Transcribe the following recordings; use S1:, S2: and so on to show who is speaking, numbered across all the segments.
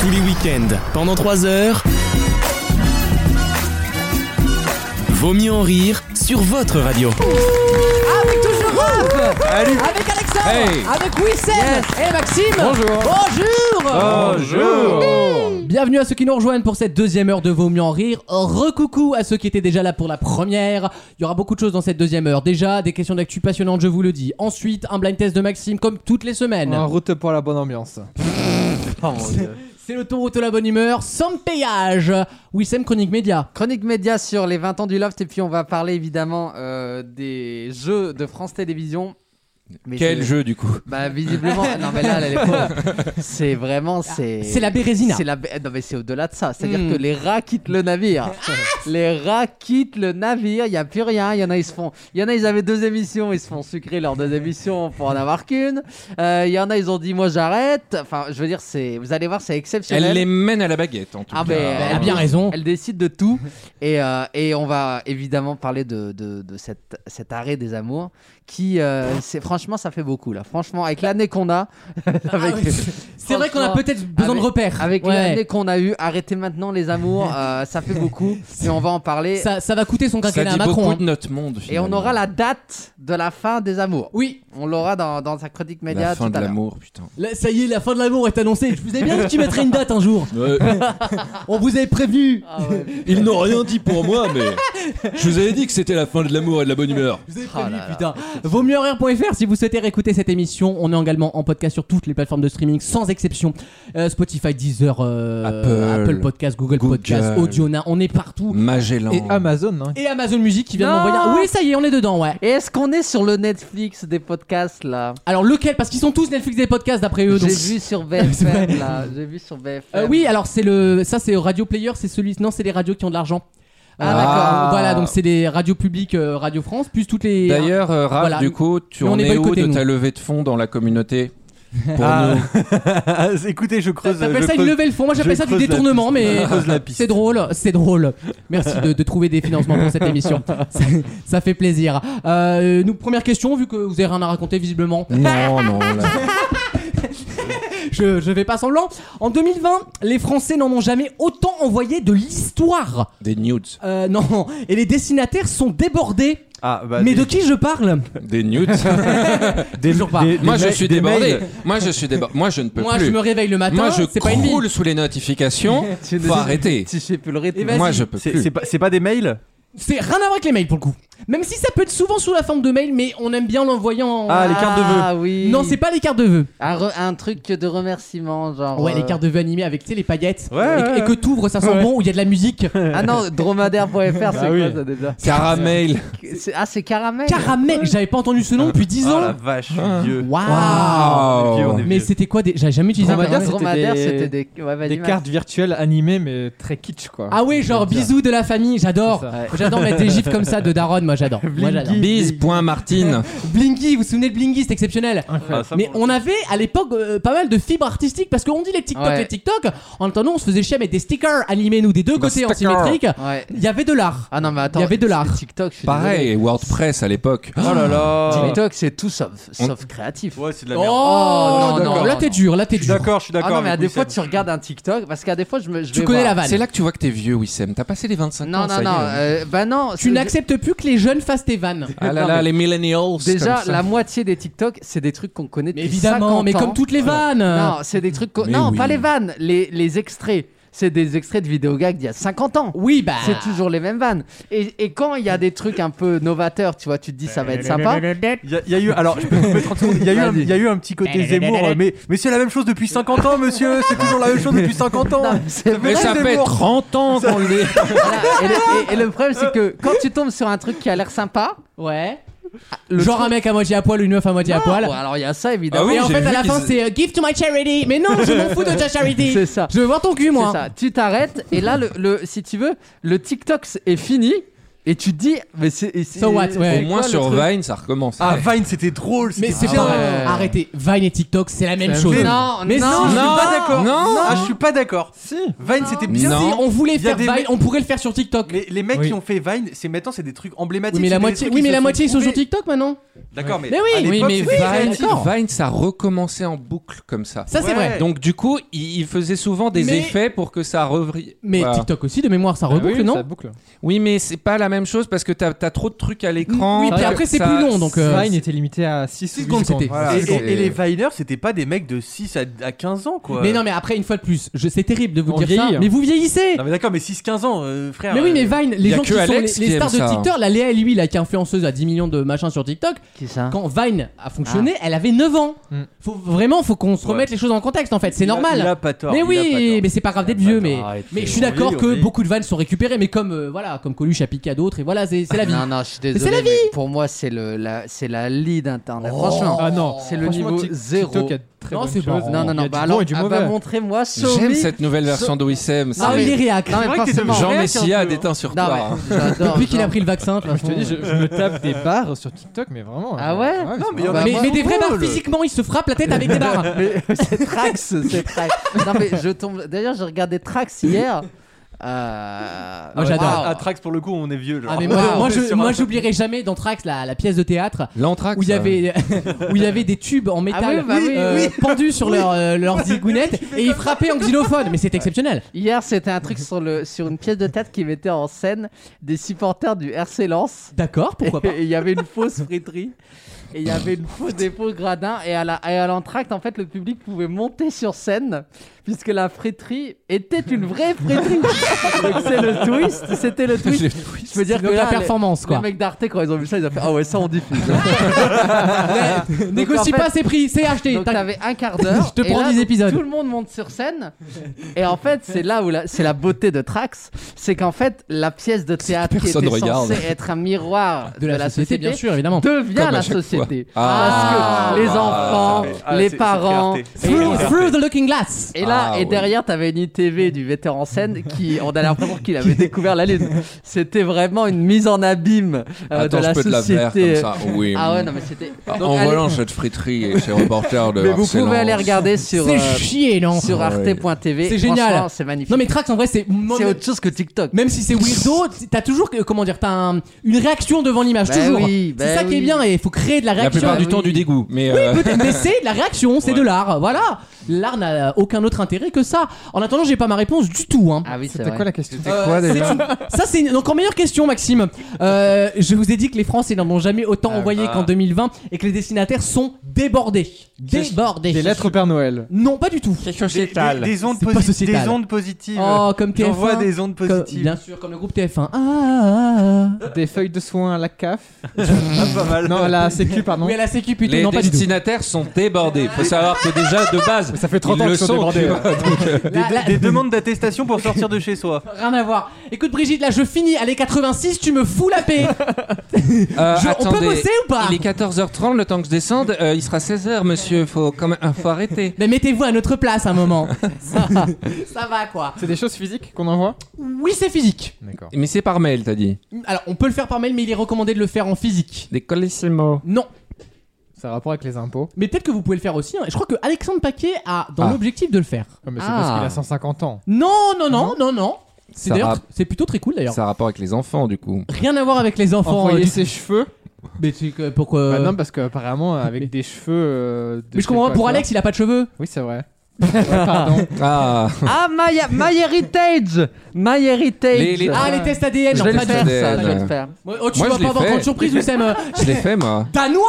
S1: Tous les week-ends, pendant 3 heures. Vaut mieux en rire sur votre radio.
S2: Avec toujours rap Avec Alexandre
S3: Hey.
S2: Avec Wissem Et Maxime
S3: Bonjour.
S2: Bonjour
S3: Bonjour
S2: Bienvenue à ceux qui nous rejoignent pour cette deuxième heure de Vaut mieux en rire. Recoucou à ceux qui étaient déjà là pour la première. Il y aura beaucoup de choses dans cette deuxième heure. Déjà, des questions d'actu passionnantes, je vous le dis. Ensuite, un blind test de Maxime comme toutes les semaines.
S4: Oh.
S3: En route pour la bonne ambiance.
S5: Oh
S2: C'est le tour de la bonne humeur, sans péage. Wissem Chronique Média.
S6: Chronique média sur les 20 ans du Loft et puis on va parler évidemment euh, des jeux de France Télévisions. Mais
S5: Quel
S6: c'est-
S5: jeu du coup
S6: Bah visiblement, non mais là, là, les pauvres, c'est vraiment c'est
S2: Ah, C'est la Bérésina.
S6: c'est la non mais c'est au-delà de ça, c'est-à-dire
S2: Mm.
S6: que les rats quittent le navire.
S2: Ah.
S6: les rats quittent le navire, il y a plus rien, il y en a ils se font il y en a ils avaient deux émissions, ils se font sucrer leurs deux émissions pour en avoir qu'une. Euh, il y en a ils ont dit moi j'arrête. Enfin, je veux dire c'est vous allez voir c'est exceptionnel.
S5: Elle les mène à la baguette en tout cas.
S6: Ah, mais
S2: Elle a bien raison.
S6: Elle décide de tout. Et, euh, et on va évidemment parler de, de, de cette, cet arrêt des amours qui, euh, c'est, franchement, ça fait beaucoup là. Franchement, avec l'année qu'on a, avec,
S2: ouais. C'est vrai qu'on a
S6: franchement,
S2: peut-être besoin de repères.
S6: avec
S2: Ah Ouais.
S6: l'année qu'on a eu, arrêtez maintenant les amours, euh, ça fait beaucoup. Et on va en parler.
S2: ça, ça va coûter son
S5: Ça
S2: quinquennat
S5: dit
S2: à Macron.
S5: beaucoup
S2: hein.
S5: de notre monde.
S6: Et on
S5: finalement.
S6: aura la date de la fin des amours.
S2: Oui,
S6: On l'aura dans, dans sa chronique
S5: La
S6: média
S5: fin
S6: tout
S5: de
S6: à l'heure.
S5: l'amour, putain.
S2: Là, ça y est, la fin de l'amour est annoncée. Je vous ai bien dit que tu mettrais une date un jour. On vous avait prévenu.
S6: Ah ouais.
S5: Ils n'ont rien dit pour moi, mais je vous avais dit que c'était la fin de l'amour et de la bonne humeur.
S2: Je vous avais
S6: Oh
S2: prévenu,
S6: là là.
S2: putain. Vaut mieux en rire.fr si vous souhaitez réécouter cette émission. On est également en podcast sur toutes les plateformes de streaming, sans exception. Euh, Spotify, Deezer, euh,
S5: Apple.
S2: Podcast, Google,
S5: Google.
S2: Podcast, Audiona. On est partout.
S6: Mm.
S5: Magellan.
S4: Oh.
S3: Et Amazon, hein.
S2: Et Amazon Music qui vient de
S6: Non.
S2: m'envoyer. un- Oui, ça y est, on est dedans, ouais.
S6: Et est-ce qu'on est sur le Netflix des podcasts là
S2: Alors lequel Parce qu'ils sont tous Netflix des podcasts d'après eux.
S6: J'ai
S2: donc-
S6: vu sur
S2: C'est vrai.
S6: BFM là. J'ai vu sur BFM.
S2: Euh, oui, alors c'est le. Ça, c'est Radio Player, c'est celui. Non, c'est les radios qui ont de l'argent.
S6: Ah,
S2: Euh,
S3: d'accord.
S2: Voilà, donc c'est les radios publiques euh, Radio France, plus toutes les.
S5: D'ailleurs, euh, Raph,
S2: Voilà.
S5: du coup, tu
S2: Mais on
S5: en
S2: est
S5: es où
S2: boycottés,
S5: de
S2: nous.
S5: ta levée de fonds dans la communauté pour
S4: Ah.
S5: nous
S4: Écoutez, je creuse.
S2: T'appelles
S4: je
S2: ça une
S4: creuse-
S2: levée de fonds, moi j'appelle
S4: je
S2: ça du
S4: creuse la
S2: détournement,
S4: piste.
S2: mais
S4: Je creuse la piste.
S2: c'est drôle, c'est drôle. Merci de, de trouver des financements pour cette émission, ça, ça fait plaisir. Euh, nous, première question, vu que vous avez rien à raconter visiblement,
S5: Non, non. là.
S2: je, je vais pas semblant. En 2020, les Français n'en ont jamais autant envoyé de l'histoire.
S5: Des nudes.
S2: Euh, non, et les destinataires sont débordés.
S4: Ah, bah,
S2: mais
S4: des-
S2: de qui je parle
S5: Des nudes.
S4: des,
S2: toujours pas.
S4: des- des
S5: Moi, je
S4: mails-
S5: suis
S4: des
S5: débordé.
S4: mails.
S5: Moi, je suis débordé. Moi, je ne peux
S2: Moi
S5: plus.
S2: je me réveille le matin,
S5: Moi, je
S2: c'est pas une vie.
S5: croule sous les notifications.
S6: Tu ne-
S5: Faut arrêter.
S6: Tu sais plus le rythme.
S2: Et vas-y.
S5: Moi, je peux
S4: C'est
S5: plus.
S4: c'est pas, c'est pas des mails
S2: C'est rien à voir avec les mails pour le coup. Même si ça peut être souvent sous la forme de mails, mais on aime bien l'envoyer en.
S4: Ah, les cartes de vœux.
S6: Ah oui.
S2: Non, c'est pas les cartes de vœux.
S6: un, re- un truc de remerciement, genre.
S2: Ouais,
S6: euh,
S2: les cartes de vœux animées avec tu sais, les paillettes.
S4: Ouais, ouais,
S2: et, que- et que t'ouvres, ça sent
S4: Ouais.
S2: bon, où il y a de la musique.
S6: Ah non, dromadaire.fr, c'est
S4: Ah
S6: quoi
S4: oui.
S6: ça déjà
S5: Caramel.
S6: C'est- Ah, c'est caramel.
S2: Caramel J'avais pas entendu ce nom depuis 10
S4: Oh la
S2: ans.
S4: vache, je suis
S5: Ah.
S4: vieux.
S2: Waouh
S4: On est vieux, on est
S2: Mais
S4: vieux.
S2: c'était quoi des... J'avais jamais utilisé un
S3: Dromadaire,
S2: caramel.
S3: c'était
S6: Ah, dromadaire,
S3: des-
S6: c'était des. Ouais, vas-y,
S3: Des
S6: Max.
S3: cartes virtuelles animées, mais très kitsch, quoi.
S2: Ah ouais, genre
S3: C'est bien.
S2: bisous de la famille, j'adore.
S3: C'est ça.
S2: J'adore mettre des gifs comme ça de Daron, moi j'adore. Moi j'adore.
S5: Bise. Point Martine.
S2: Blinky, vous vous souvenez de Blinky, c'est exceptionnel.
S4: Ah, ça,
S2: Mais
S4: pour-
S2: on avait à l'époque euh, pas mal de fibres artistiques parce qu'on dit les TikTok,
S6: Ouais.
S2: les TikTok. En attendant, on se faisait chier à mettre des stickers animés, nous, des deux
S5: Bah,
S2: côtés en
S5: sticker.
S2: symétrique.
S6: Ouais.
S2: Il y avait de l'art.
S6: Ah non, mais attends.
S2: Il y avait de l'art.
S6: TikTok, je suis
S5: Pareil, WordPress à l'époque.
S4: Oh là
S6: désolé.
S4: là
S6: TikTok, c'est tout sauf, sauf créatif.
S4: Ouais, c'est de la
S2: Oh,
S4: merde.
S6: non,
S2: non,
S6: non,
S2: là
S6: non.
S2: t'es dur, là t'es
S4: Je suis
S2: dur.
S4: d'accord, je suis
S6: Ah
S4: d'accord.
S6: non, mais à
S4: avec
S6: des
S4: Wissem.
S6: fois, tu regardes un TikTok, parce qu'à des fois, je me. Je
S2: Tu
S6: vais
S2: connais la
S6: voir.
S2: vanne.
S5: C'est là que tu vois que t'es vieux, Wissem. T'as passé les 25 ans.
S6: Non, non,
S5: ça y
S6: non.
S5: est.
S6: euh, Bah non.
S2: Tu
S6: c'est-
S2: n'acceptes plus que les jeunes fassent tes vannes.
S5: Ah là là, les millennials.
S6: Déjà,
S5: comme ça.
S6: la moitié des TikTok, c'est des trucs qu'on connaît
S2: Mais
S6: depuis
S2: évidemment,
S6: 50
S2: mais comme
S6: ans.
S2: toutes les vannes.
S6: Non, c'est des trucs. qu'on-
S5: Mais
S6: Non,
S5: oui.
S6: pas les vannes, les, les extraits. C'est des extraits de vidéogags d'il y a 50 ans.
S2: Oui, bah.
S6: C'est toujours les mêmes vannes. Et, et quand il y a des trucs un peu novateurs, tu vois, tu te dis ça va être sympa.
S4: Il y, a- il y a eu, alors, je peux vous mettre en seconde, il y, a eu un- il y a eu un petit côté Zemmour, euh, mais, mais c'est la même chose depuis 50 ans, monsieur, c'est toujours la même chose depuis 50 ans.
S6: C'est
S5: Mais
S4: vrai,
S5: ça fait
S4: Zemmour.
S5: 30 ans qu'on le dit.
S6: Voilà. Et, le, et- et le problème, c'est que quand tu tombes sur un truc qui a l'air sympa,
S2: Ouais.
S6: le
S2: Genre
S6: truc-
S2: un mec à moitié à poil, une meuf à moitié à
S6: Ah,
S2: poil.
S6: bon, alors il y a ça
S5: Ah
S6: évidemment.
S5: oui,
S2: et en
S5: j'ai
S2: fait, à
S5: vu
S2: la
S5: qu'ils-
S2: fin, c'est euh, Give to my charity. Mais non, je m'en fous de ta charity.
S6: C'est ça.
S2: Je veux voir ton cul, moi.
S6: C'est ça. Tu t'arrêtes et là, le, le- si tu veux, le TikTok est fini et tu te dis, mais c'est. et c'est-
S2: So what, ouais.
S5: Au moins
S6: quoi, le
S5: sur
S6: truc
S5: Vine, ça recommence.
S4: Ah, Vine, c'était drôle,
S2: Mais
S4: c'était
S2: c'est
S6: Ah
S2: pas.
S6: ouais.
S2: Arrêtez. Vine et TikTok, c'est la même chose.
S6: Non,
S2: Mais
S6: non,
S2: si,
S6: je suis
S5: non,
S6: pas
S4: d'accord.
S7: Non.
S4: Ah, je suis pas d'accord.
S3: Si.
S4: Vine, c'était bien.
S7: Non.
S2: Si on voulait
S4: Il y a
S2: faire
S4: des
S2: Vine,
S4: mecs-
S2: on pourrait le faire sur TikTok.
S4: Mais les mecs
S3: Oui.
S4: qui ont fait Vine, c'est maintenant c'est des trucs emblématiques.
S2: oui, mais
S4: c'est
S2: la
S4: des
S2: moitié,
S4: trucs
S2: oui,
S4: qui
S2: mais
S4: se
S2: la
S4: sont
S2: moitié ils sont sur
S4: prouvés.
S2: TikTok maintenant.
S4: D'accord, mais.
S2: Mais oui,
S4: à
S2: oui,
S4: l'époque,
S2: mais
S4: c'était-
S7: Vine,
S2: d'accord.
S7: Vine, ça recommençait en boucle comme ça.
S2: Ça, c'est
S4: Ouais.
S2: vrai.
S7: Donc du coup, il, il faisait souvent des
S2: Mais-
S7: effets pour que ça revrie.
S2: Mais
S7: Voilà.
S2: TikTok aussi, de mémoire, ça reboucle,
S3: oui,
S2: non
S3: ça boucle.
S7: Bah Oui, mais c'est pas la même chose parce que t'as as trop de trucs à l'écran.
S2: Oui,
S7: Ça-
S2: puis après, c'est
S7: ça-
S2: plus long, donc, euh,
S3: Vine était limité à 6 ou 8
S2: secondes,
S3: secondes.
S2: c'était.
S4: Et-
S7: Voilà,
S4: et,
S7: c'est-
S4: et les Viners, c'était pas des mecs de 6 à, à 15 ans, quoi.
S2: Mais non, mais après, une fois de plus, je- c'est terrible de vous
S3: On
S2: dire
S3: vieillit,
S2: ça.
S3: hein.
S2: Mais vous vieillissez
S4: Non, mais d'accord, mais 6-15 ans, euh, frère.
S2: Mais oui, mais
S4: euh,
S2: Vine, les
S7: y a
S2: gens
S7: que
S2: qui sont les,
S7: Alex
S2: les
S7: qui aime
S2: stars de
S7: ça. hein.
S2: TikTok, la Léa et lui, la qui est influenceuse à 10 millions de machins sur TikTok,
S6: Qui ça
S2: quand Vine a fonctionné, elle avait 9 ans.
S3: Hmm.
S2: Faut, vraiment, faut qu'on se remette les choses en contexte en fait, c'est
S4: il a-
S2: normal.
S4: Il a pas tort.
S2: mais
S4: il a pas
S2: oui,
S4: tort.
S2: mais c'est pas grave d'être
S4: Il a
S2: vieux,
S4: pas
S2: mais,
S4: tort, arrête,
S2: mais je
S4: c'est-
S2: suis
S4: on
S2: d'accord
S4: vit,
S2: que
S4: on vit.
S2: beaucoup de vannes sont récupérées, mais comme euh, voilà, comme Coluche a piqué à d'autres, et voilà, c'est c'est la vie.
S6: Non, non, je suis
S2: c'est
S6: désolé.
S2: la
S6: mais pour moi, c'est le, la, c'est la lead internet.
S2: Oh.
S6: Franchement,
S3: Ah non,
S6: c'est le
S3: franchement,
S6: niveau
S3: Tik-
S6: zéro.
S3: TikTok a de très
S2: Non,
S3: bonnes
S2: c'est
S3: choses.
S2: pas-
S6: Non, non, non.
S3: Il y a
S6: Bah
S3: du
S6: alors,
S3: bon et du
S6: ah bah,
S3: mauvais.
S6: montrez-moi
S7: J'aime
S6: Somi.
S7: cette nouvelle version de Wissem.
S2: Ah,
S7: c'est-
S2: il est réac.
S6: Non,
S4: C'est
S6: mais
S4: vrai que t'es
S6: forcément.
S7: Jean
S4: Réac, un
S7: Messia
S4: peu, hein.
S7: déteint sur
S6: Non,
S7: toi.
S6: mais j'adore.
S2: Depuis qu'il a
S6: Jean.
S2: pris le vaccin, de toute
S3: Je te
S2: façon.
S3: dis, je, je me tape des barres sur TikTok, mais vraiment.
S6: Ah
S3: euh,
S6: ouais
S3: mais
S4: Non,
S3: c'est
S4: mais il y en
S3: vrai.
S4: a
S6: Bah,
S2: Mais,
S6: moi,
S2: mais des vrais barres
S4: drôle.
S2: physiquement, ils se frappent la tête avec des barres.
S6: Mais c'est Trax, c'est Trax. Non mais je tombe. D'ailleurs, j'ai regardé Trax hier. Euh...
S2: Moi, Ah, j'adore.
S6: waouh.
S4: À Ah, Trax, pour le coup, on est vieux. genre.
S2: Ah, mais moi,
S4: On
S2: moi,
S4: est
S2: je-
S4: sur
S2: moi,
S4: un-
S2: j'oublierai jamais dans Trax la, la pièce de théâtre
S7: L'anthrax. euh,
S2: où il y avait où il y avait des tubes en métal
S6: Ah oui, bah oui,
S2: euh,
S6: oui.
S2: pendus sur leurs euh, leurs zigounettes et ils frappaient en xylophone, mais c'est exceptionnel.
S6: Hier, c'était un truc sur le sur une pièce de théâtre qui mettait en scène des supporters du RC Lens.
S2: D'accord, pourquoi pas
S6: Et il y avait une fausse friterie. Et il y avait une fausse des faux gradins. Et à la- et à l'entracte, en fait, le public pouvait monter sur scène puisque la friterie était une vraie friterie. Donc c'est le twist. C'était le twist. Je veux dire que
S2: Donc la
S6: là, les-
S2: performance
S6: Les
S2: quoi.
S6: mecs d'Arte, quand ils ont vu ça, ils ont fait Ah ouais, ça on diffuse.
S2: Négocie
S6: Donc, en fait-
S2: pas ces prix, c'est acheté.
S6: Donc
S2: Tac.
S6: t'avais un quart d'heure.
S2: Je te
S6: et
S2: prends
S6: là,
S2: 10
S6: donc,
S2: épisodes.
S6: Tout le monde monte sur scène. Et en fait, c'est là où la- c'est la beauté de Trax, c'est qu'en fait la pièce de théâtre qui était
S7: personne regarde.
S6: censée être un miroir
S2: de la, société, bien sûr, évidemment.
S6: devient
S7: Comme à
S6: la
S7: chaque fois.
S6: société.
S7: Ah,
S6: Parce que les
S7: bah,
S6: enfants,
S4: ça fait- ah,
S6: les
S4: c'est- c'est
S6: parents.
S4: Arte.
S6: et-
S2: Through, through the looking glass.
S6: et là,
S7: Ah,
S6: et
S7: oui.
S6: derrière, t'avais une ITV du vétéran scène qui, on a l'impression qu'il avait découvert la lune. C'était vraiment une mise en abîme euh,
S7: Attends,
S6: de
S7: je
S6: la
S7: peux te la faire
S6: société.
S7: comme ça. Oui.
S6: Ah ouais, non mais c'était. Donc,
S7: en
S6: allez-
S7: volant cette friterie et ces reporters de
S6: mais vous
S7: Barcelone.
S6: pouvez aller regarder sur
S2: C'est
S6: euh,
S2: chier, non
S6: sur
S7: Ah ouais.
S6: arte.tv.
S2: C'est génial.
S6: Franchement, C'est magnifique.
S2: Non mais Trax en vrai c'est
S6: c'est autre chose que TikTok.
S2: même si c'est weirdo, t'as toujours que- comment dire, t'as un- une réaction devant l'image
S6: Bah
S2: toujours.
S6: oui, bah
S2: c'est ça qui est
S6: oui.
S2: bien et il faut créer de la
S7: La
S2: réaction.
S7: plupart du
S6: oui.
S7: temps du dégoût. Mais euh,
S2: Peut-être, mais c'est de la réaction, c'est
S4: Ouais.
S2: de l'art, voilà. L'art n'a aucun autre intérêt que ça. En attendant, j'ai pas ma réponse du tout. Hein.
S6: Ah oui, c'est
S3: C'était
S6: vrai.
S3: quoi la question
S2: Euh, c'est une- Ça, c'est une- encore meilleure question, Maxime. Euh, je vous ai dit que les Français n'en ont jamais
S4: Ah
S2: autant envoyé
S4: bah.
S2: qu'en 2020 et que les destinataires sont débordés. Débordés.
S3: Des lettres au Père Noël.
S2: Non, pas du tout.
S4: Des, des- des ondes
S2: C'est pas
S4: posi-
S2: sociétal.
S4: des ondes positives.
S2: Oh, comme TF1.
S4: J'envoie des ondes
S2: Comme-
S4: positives.
S2: bien sûr, comme le groupe TF1. Ah, ah, ah.
S3: Des feuilles de soins à la CAF.
S4: Ah, pas mal.
S3: Non, à la Sécu, pardon.
S2: Oui, à la sécu plutôt.
S7: les
S2: non, pas du tout.
S7: destinataires sont débordés. Faut savoir que déjà de base, euh,
S3: Ça fait 30
S7: ils
S3: ans
S7: le
S3: qu'ils sont
S7: sont. tu
S3: débordés.
S7: vois.
S2: Là, là,
S4: Des demandes d'attestation pour sortir de chez soi.
S2: Rien à voir. Écoute, Brigitte, là, je finis. Allez, 86, tu me fous la paix.
S7: Euh,
S2: Je- on peut
S7: attendez,
S2: bosser ou pas
S7: Il est 14h30, le temps que je descende, euh, il sera 16h, monsieur. Faut quand même, faut arrêter.
S2: Mais mettez-vous à notre place un moment. ça, ça va quoi.
S3: C'est des choses physiques qu'on envoie
S2: Oui, c'est physique.
S3: D'accord.
S7: Mais c'est par mail, t'as dit.
S2: Alors, on peut le faire par mail, mais il est recommandé de le faire en physique.
S7: Des colissimo.
S2: Non,
S3: Ça a rapport avec les impôts.
S2: mais peut-être que vous pouvez le faire aussi. hein. Et Je crois que Alexandre Paquet a dans
S7: Ah.
S2: l'objectif de le faire.
S3: Ah, mais c'est
S6: Ah.
S3: parce qu'il a 150 ans.
S2: Non, non, non, non, non. C'est
S7: Ça
S2: d'ailleurs,
S7: va.
S2: c'est plutôt très cool d'ailleurs.
S7: Ça a rapport avec les enfants, du coup.
S2: Rien à voir avec les enfants. euh,
S3: Envoyer
S2: du-
S3: ses cheveux
S2: Mais c'est que- pourquoi
S3: Bah non, parce qu'apparemment, avec des cheveux. euh, de
S2: Mais je comprends pas.
S3: sais
S2: Pour
S3: quoi.
S2: Alex, il a pas de cheveux.
S3: Oui, c'est vrai. Ouais, pardon.
S7: Ah,
S6: Ah, My, My Heritage My Heritage
S7: Les- les-
S2: Ah, les tests ADN.
S6: Je
S2: non,
S6: vais le
S2: pas de-
S6: faire, ça,
S7: ADN.
S6: je vais le faire.
S2: Oh, tu
S7: Moi,
S2: vas
S7: je l'ai
S2: pas avoir
S7: fait.
S2: trop de surprises, Oussem. euh,
S7: je l'ai fait, moi.
S2: Danois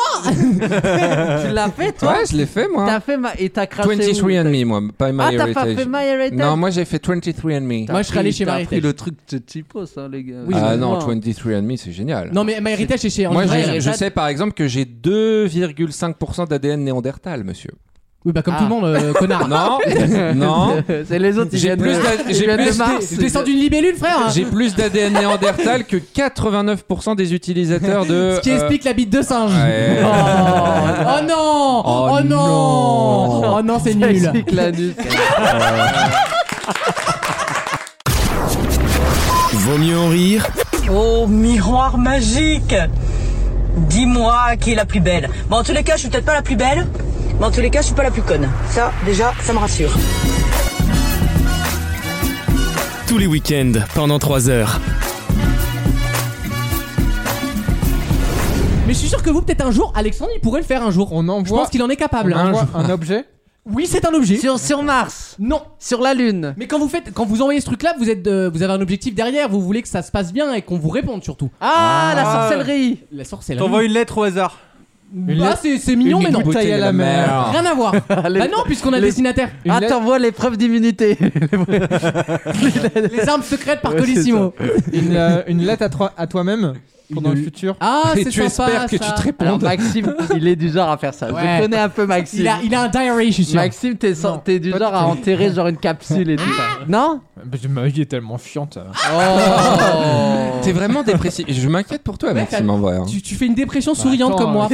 S7: Euh.
S6: Tu l'as fait, toi
S7: Ouais, je l'ai fait, moi.
S6: T'as fait ma... et t'as craché
S7: 23
S6: où
S7: and me, moi, pas My
S6: Ah, t'as pas fait
S7: Heritage.
S6: My Hein Heritage Ah
S7: Non, moi j'ai fait 23 and me.
S6: T'as
S2: Moi, je serais
S6: pris-
S2: allé chez
S6: t'as
S2: My
S6: pris
S2: Heritage.
S6: le truc de typo, ça, les gars.
S2: Oui,
S7: ah
S2: mais
S7: non,
S6: Excusez-moi.
S7: 23 and me, c'est génial.
S2: Non, mais My Heritage, c'est chez
S7: Moi,
S2: André
S7: j'ai-
S2: Herrera.
S7: je sais par exemple que j'ai 2,5% d'ADN néandertal, monsieur.
S2: Oui, bah comme
S6: Ah.
S2: tout le monde, euh, connard.
S7: Non, non.
S6: C'est les autres, ils
S7: J'ai
S6: viennent
S7: plus
S6: de-
S7: d'a-
S6: ils
S7: j'ai
S6: viennent de
S7: plus d'a-
S6: Mars.
S2: Je descends d'une libellule, frère.
S7: Ah, J'ai plus d'ADN néandertal que 89% des utilisateurs de.
S2: Ce qui
S7: euh,
S2: explique la bite de singe.
S7: ouais.
S2: Oh, oh non
S7: Oh
S2: Oh non
S7: non.
S2: Oh non, c'est
S6: Ça
S2: nul.
S6: explique la nuque.
S1: Vaut mieux en rire
S8: Oh, miroir magique Dis-moi qui est la plus belle. Bon, en tous les cas, je suis peut-être pas la plus belle, mais en tous les cas, je suis pas la plus conne. Ça, déjà, ça me rassure.
S1: tous les week-ends pendant 3 heures.
S2: Mais je suis sûr que vous, peut-être un jour, Alexandre, il pourrait le faire un jour.
S3: On
S2: Je
S3: envoie
S2: pense qu'il en est capable.
S3: on envoie un objet.
S2: Oui, c'est un objet.
S6: Sur, sur Mars,
S2: Non.
S6: sur la Lune.
S2: Mais quand vous faites, quand vous envoyez ce truc-là, vous êtes, euh, vous avez un objectif derrière. Vous voulez que ça se passe bien et qu'on vous réponde surtout.
S6: Ah,
S4: Ah.
S6: la sorcellerie.
S2: La sorcellerie.
S4: T'envoies une lettre au hasard.
S2: Bah, c'est c'est mignon, mais non.
S3: bouteille à la mer.
S2: Rien à voir. bah non, puisqu'on a
S6: Ah, les-
S2: destinataire.
S3: Une
S6: ah,
S3: lettre-
S6: t'envoies l'épreuve d'immunité.
S2: Les armes secrètes par
S6: Ouais, c'est
S2: Colissimo.
S3: Une, euh, une lettre à, toi- à toi-même pendant
S5: Une-
S3: le futur.
S2: Ah,
S5: Et
S2: c'est
S5: tu
S2: sympa,
S5: espères que
S2: ça.
S5: tu te réponds.
S6: Alors, Maxime, il est du genre à faire ça.
S2: Ouais.
S6: Je connais un peu Maxime.
S2: Il a, il a un diary, je suis sûr.
S6: Maxime, t'es sans- t'es du genre à enterrer genre une capsule et tout. Non
S3: Bah, Ma vie est tellement fiante.
S2: Ah,
S3: ça.
S6: Oh
S7: T'es vraiment dépressif. Je m'inquiète pour toi,
S2: Ouais,
S7: Maxime, en vrai. hein.
S2: Tu, tu fais une dépression souriante
S3: attends,
S2: comme moi.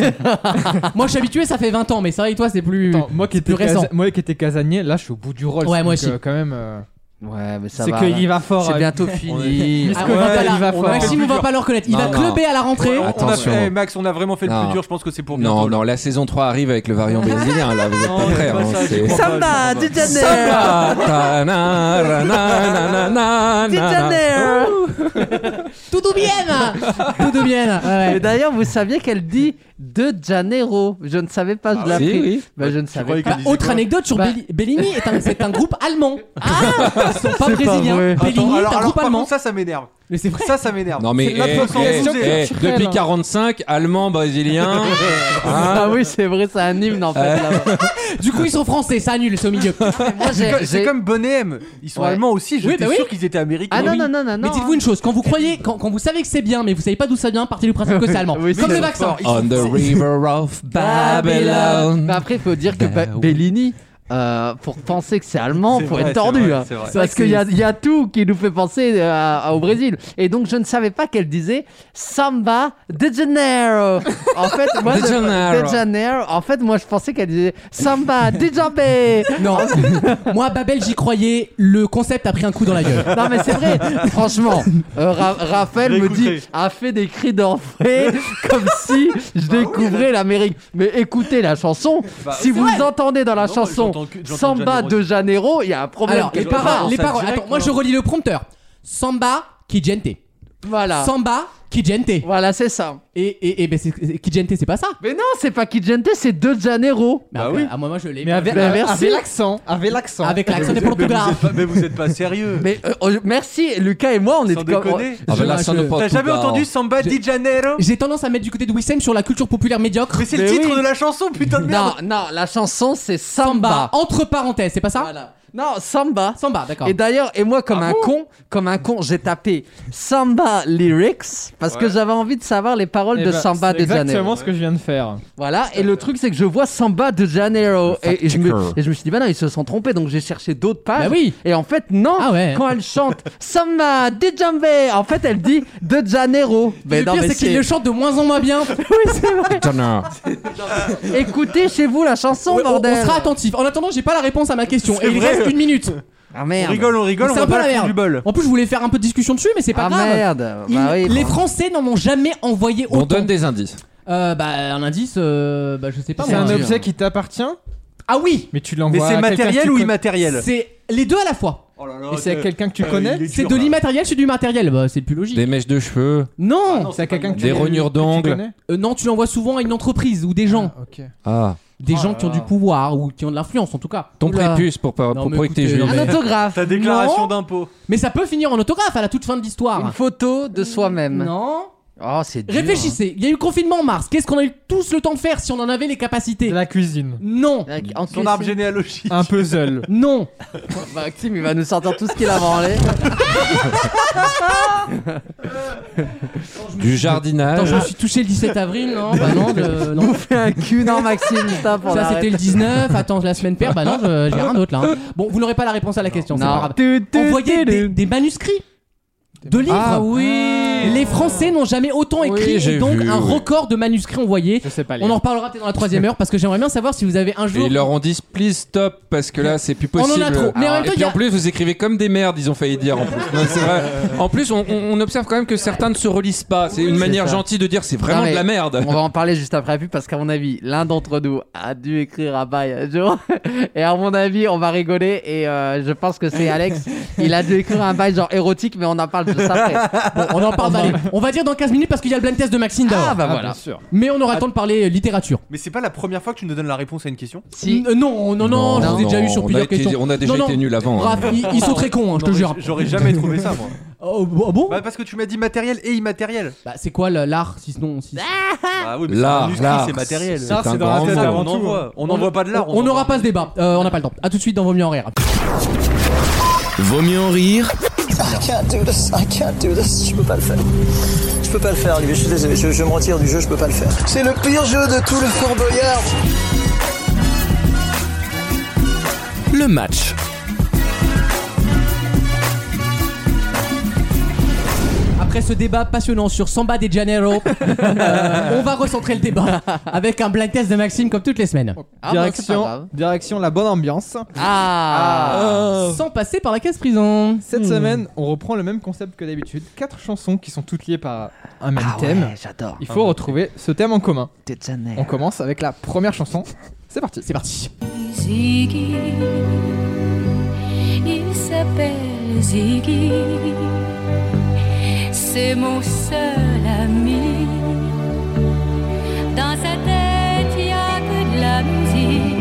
S2: moi, je suis habitué, ça fait 20 ans, mais ça, et toi, c'est plus.
S3: Attends, moi qui
S2: c'est
S3: étais
S2: plus récent.
S3: casa- moi qui étais casanier, là je suis au bout du rôle.
S2: Ouais, moi
S3: donc,
S2: aussi.
S3: euh, quand même. euh,
S6: Ouais, mais ça
S3: C'est
S6: va. là.
S3: qu'il va fort.
S6: C'est
S3: euh,
S6: bientôt fini.
S2: Ah,
S3: que-
S2: on va
S4: Ouais,
S2: pas la-
S3: il va fort.
S2: Maxime, on va pas le reconnaître. Il
S7: Non,
S2: va
S7: non.
S2: cluber à la rentrée.
S7: Ouais,
S4: On a
S7: Attention.
S4: fait- eh, Max, on a vraiment fait le
S7: Non.
S4: plus dur. Je pense que c'est pour bientôt.
S7: Non,
S4: là.
S7: non, la saison 3 arrive avec le variant brésilien. Là, vous êtes
S4: Non,
S7: pas
S4: c'est
S7: prêts.
S4: pas
S7: hein,
S4: ça,
S7: c'est-
S4: je comprends
S6: Samba,
S4: pas,
S6: de
S4: je comprends
S6: Janeiro
S7: Ta- ta- na- ra- na- na- na- na-
S6: De
S7: na- na.
S6: Janeiro
S2: Tout ou bien Tout ou bien ouais,
S6: Mais
S2: ouais.
S6: d'ailleurs, vous saviez qu'elle dit de Janeiro Je ne savais pas, je
S4: Ah,
S6: l'ai
S7: Si,
S6: appris.
S7: oui.
S6: Bah, je ne
S4: Je
S6: savais
S4: croyais
S6: pas.
S2: Bah,
S4: qu'elle disait
S2: autre
S4: quoi
S2: anecdote sur
S6: Bah.
S2: Belli- Bellini, est un- c'est un, groupe allemand. Ah, ils sont pas brésiliens.
S6: vrai.
S4: Attends,
S2: Bellini
S4: alors,
S2: est un
S4: alors,
S2: groupe
S4: par
S2: allemand.
S4: contre, ça, ça m'énerve.
S2: Mais c'est vrai.
S4: Ça, ça m'énerve.
S7: Non
S4: Ah,
S7: mais
S4: C'est de la
S7: eh,
S4: faute en
S7: eh,
S4: vous,
S7: eh,
S4: c'est-
S7: depuis 45, allemand, brésilien. hein.
S6: Ah oui, c'est vrai, c'est un hymne en fait. là-bas.
S2: Du coup, ils sont français, ça annule, c'est au milieu.
S6: Moi, j'ai-
S4: Euh. C'est comme-
S6: j'ai-
S4: C'est comme Bonnet M. Ils sont
S6: Ouais.
S4: allemands aussi.
S2: Oui,
S4: J'étais
S2: bah oui.
S4: sûr qu'ils étaient américains.
S6: Ah non, non, non, non,
S2: Mais
S6: non,
S2: dites-vous
S6: hein.
S2: une chose, quand vous croyez, quand, quand vous savez que c'est bien, mais vous savez pas d'où ça vient, partez du principe que c'est allemand.
S6: Oui,
S2: Comme
S6: c'est
S2: le
S6: fort.
S2: vaccin.
S7: On the river of
S4: Ah,
S7: Babylon.
S6: Mais Ah, Ben, après, il faut dire que Ba- Bellini, euh, pour penser que c'est allemand,
S4: Ben C'est
S6: faut
S4: vrai,
S6: être
S4: c'est
S6: tordu.
S4: vrai,
S6: hein.
S4: c'est vrai.
S6: Parce qu'il y, a- il y a tout qui nous fait penser euh, à- au Brésil. Et donc, je ne savais pas qu'elle disait Samba de Janeiro. En fait, moi,
S7: De
S6: je-
S7: Janeiro.
S6: de Janeiro. En fait, moi, je pensais qu'elle disait Samba de Jambé.
S2: Non, moi, Babel, j'y croyais, le concept a pris un coup dans la gueule.
S6: Non mais c'est vrai, franchement, euh, Ra- Raphaël me dit
S4: Réécoutez.
S6: a fait des cris d'enfer comme si je découvrais l'Amérique. Mais écoutez la chanson, si vous entendez dans la
S4: Non,
S6: chanson
S4: j'entends que- j'entends
S6: Samba
S4: Janeiro.
S6: de Janeiro, il y a un problème.
S2: Alors, les
S6: quelque part.
S2: paroles, les
S4: ça
S2: paroles.
S4: direct,
S2: Attends, moi,
S4: non
S2: je relis le prompteur. Samba, qui gente.
S6: Voilà.
S2: Samba, qui gente.
S6: Voilà, c'est ça.
S2: Et, et, et ben, c'est- c'est- qui gente, c'est pas ça.
S6: Mais non, c'est pas Kidjente, c'est de Janeiro.
S2: Mais
S4: Bah
S2: après,
S4: oui.
S2: À moi, moi, je l'ai.
S3: Mais avec,
S6: Bah,
S3: avec-
S6: merci.
S3: avec l'accent. Avec l'accent.
S2: Avec l'accent des
S4: Mais vous êtes
S2: Portugais.
S4: pas- Mais vous êtes pas sérieux.
S6: Mais euh, oh, merci Lucas et moi, on est
S4: Sans
S6: comme-
S4: déconner.
S7: Ah, bah,
S2: Je-
S7: l'accent
S2: je-
S7: de Portugal.
S4: T'as jamais entendu Samba de Janeiro
S2: J'ai tendance à mettre du côté de Wissem sur la culture populaire médiocre.
S4: Mais c'est le
S6: Mais
S4: titre
S6: oui.
S4: de la chanson, putain de
S6: Non,
S4: merde.
S6: non, la chanson c'est
S2: Samba,
S6: Samba.
S2: entre parenthèses, c'est pas ça
S6: Bah. Voilà. Non, Samba.
S2: Samba, d'accord.
S6: Et d'ailleurs, et moi
S2: Ah
S6: comme un con, comme un con, j'ai tapé Samba lyrics parce que
S4: Ouais.
S6: j'avais envie de savoir les paroles
S3: Eh
S6: de
S3: ben,
S6: Samba
S3: c'est
S6: de
S3: Exactement
S6: Janeiro.
S3: ce que je viens de faire.
S6: Voilà, et le truc c'est que je vois Samba de Janeiro et, et je me,
S7: fact-checker.
S6: et je me suis dit bah non, ils se sont trompés donc j'ai cherché d'autres pages.
S2: Bah oui.
S6: Et en fait non,
S2: Ah ouais.
S6: quand elle chante Samba de Jambe, en fait elle dit de Janeiro.
S2: Mais
S6: Mais
S2: le
S6: non,
S2: pire,
S6: mais
S2: c'est qu'il le chante de moins en moins bien.
S6: Oui, c'est vrai.
S7: Janeiro.
S6: Écoutez chez vous la chanson
S2: Ouais, on, on
S6: bordel.
S2: sera attentif. En attendant, j'ai pas la réponse à ma question.
S4: C'est
S2: Et il
S4: vrai.
S2: reste une minute.
S6: Ah
S4: On
S6: merde.
S4: rigole, on rigole, on
S2: C'est un
S4: va
S2: peu
S4: pas
S2: la
S4: la foutre du bol.
S2: merde. En plus, je voulais faire un peu de discussion dessus, mais c'est pas
S6: Ah
S2: grave.
S6: merde.
S2: Il-
S6: Bah oui,
S2: les
S6: bon.
S2: Français n'en ont jamais envoyé autant.
S7: On donne des indices.
S2: Euh, bah, un indice, euh, bah, je sais pas.
S3: C'est
S2: moi.
S3: un
S6: dur.
S3: objet qui t'appartient,
S2: Ah oui,
S3: mais tu
S4: Mais
S3: l'envoies. à
S4: c'est
S3: quelqu'un que
S4: matériel
S3: tu
S4: ou
S3: connais-
S4: immatériel
S2: c'est les deux à la fois.
S4: Oh là là,
S3: Et c'est à
S4: que-
S3: quelqu'un que tu
S4: euh,
S3: connais.
S4: il est
S2: C'est
S4: dur,
S2: de
S4: là.
S2: l'immatériel, c'est du matériel. Bah, c'est plus logique.
S7: Des mèches de cheveux.
S2: Non,
S4: non,
S3: C'est à quelqu'un que tu
S7: Des
S3: que tu
S7: rognures d'ongles.
S3: connais.
S2: Euh, non, tu l'envoies souvent à une entreprise ou des gens,
S3: Ah, ok.
S7: Ah.
S2: des
S4: Oh
S2: gens
S4: là
S2: qui ont
S4: là.
S2: du pouvoir ou qui ont de l'influence en tout cas.
S7: Ton
S2: Oula.
S7: prépuce pour, pas-
S2: Non,
S7: pour
S2: mais
S7: prouver que t'es
S2: écoutez,
S7: juif.
S2: non,
S6: Un autographe.
S4: Ta déclaration
S2: Non.
S4: d'impôt.
S2: Mais ça peut finir en autographe à la toute fin de
S6: Une
S2: l'histoire.
S6: photo de soi-même.
S2: Non.
S6: Oh, c'est dur.
S2: Réfléchissez, il y a eu le confinement en mars. Qu'est-ce qu'on a eu tous le temps de faire si on en avait les capacités
S3: De la cuisine.
S2: Non,
S6: hein.
S3: Mmh.
S6: En
S4: Son
S6: question.
S4: arbre généalogique.
S3: Un puzzle.
S2: non.
S6: Maxime, il va nous sortir tout ce qu'il a branlé.
S3: Ah,
S7: Du jardinage.
S2: Attends, je me suis touché le 17 avril, non Bah non, je- non.
S6: Bouffer un cul, non, Maxime, stop, on
S2: Ça c'était
S6: arrête.
S2: le 19, attends la semaine paire, bah non, je- j'ai rien d'autre là. hein. Bon, vous n'aurez pas la réponse à la question, c'est pas
S6: Non.
S2: grave. Envoyez des, des manuscrits de livres.
S7: Ah
S2: oui Les Français n'ont jamais autant écrit
S7: Oui, j'ai
S2: et donc
S7: vu,
S2: un
S7: oui.
S2: record de manuscrits envoyés.
S3: Je sais pas lire.
S2: On en reparlera peut-être dans la troisième heure parce que j'aimerais bien savoir si vous avez un
S7: Et
S2: jour.
S7: ils leur ont dit please stop parce que là c'est plus
S2: On en a
S7: possible. Ah.
S2: trop. Mais en même temps, il
S7: et
S2: y
S7: puis
S2: a-
S7: en plus vous écrivez comme des merdes, ils ont failli dire en plus. Non, c'est vrai. En plus on, on- on observe quand même que certains ne se relisent pas. C'est une
S6: c'est
S7: manière
S6: ça.
S7: gentille de dire c'est vraiment
S6: Non, mais
S7: de la merde.
S6: On va en parler juste après la pub parce qu'à mon avis, l'un d'entre nous a dû écrire à bail un jour. Et à mon avis, on va rigoler et euh, je pense que c'est Alex. Il a dû écrire un bail genre érotique, mais on en parle juste après.
S2: Bon, euh, on en parle.
S7: Ah,
S2: allez, on va dire dans 15 minutes parce qu'il y a le blind test de Maxime d'abord.
S6: Ah bah
S3: Ah,
S6: voilà.
S3: bien sûr.
S2: Mais on aura le temps de parler euh, littérature.
S4: Mais c'est pas la première fois que tu nous donnes la réponse à une question
S6: Si.
S2: N- euh, non, non, non, je vous ai déjà eu sur
S7: on a,
S2: plusieurs
S7: été-
S2: questions.
S7: on a déjà
S2: Non, non.
S7: été nuls avant. hein.
S2: Raph, ils, ils sont très cons, hein, je te
S4: Non, mais
S2: jure.
S4: J'aurais jamais trouvé ça, moi.
S2: Oh, bon- bon
S4: Bah, parce que tu m'as dit matériel et immatériel.
S2: Bah, c'est quoi le- l'art si sinon si-
S4: Ah oui, mais
S7: L'art,
S4: c'est
S7: l'art,
S4: manuscrit, c'est matériel.
S7: c'est
S3: Ça,
S7: un
S3: c'est dans la
S7: grand
S3: tête
S7: mot.
S4: Ah,
S3: avant
S4: on
S3: tout. hein.
S4: envoie. On n'envoie pas de l'art.
S2: On n'aura pas ce débat, Euh, on n'a pas le temps. A tout de suite dans Vaut mieux en rire.
S1: Vaut mieux en rire
S9: I can't do this, I can't do this, je peux pas le faire. Je peux pas le faire, Olivier, je suis désolé, je, je me retire du jeu, je peux pas le faire. C'est le pire jeu de tout le Fort Boyard.
S1: le match.
S2: Après ce débat passionnant sur Samba de Janeiro, euh, on va recentrer le débat avec un blind test de Maxime comme toutes les semaines.
S6: Ah, bah, c'est pas grave.
S3: Direction, direction la bonne ambiance.
S6: Ah.
S2: Sans passer par la case prison.
S3: Cette semaine, on reprend le même concept que d'habitude. Quatre chansons qui sont toutes liées par un même
S6: Ah
S3: thème.
S6: ouais,
S9: Eh,
S6: j'adore.
S3: Il faut retrouver ce thème en commun.
S6: T'es de Janeiro.
S3: On commence avec la première chanson. C'est parti.
S2: C'est parti.
S10: Ziggy, il s'appelle Ziggy, c'est mon seul ami. Dans sa tête, il n'y a que de la musique.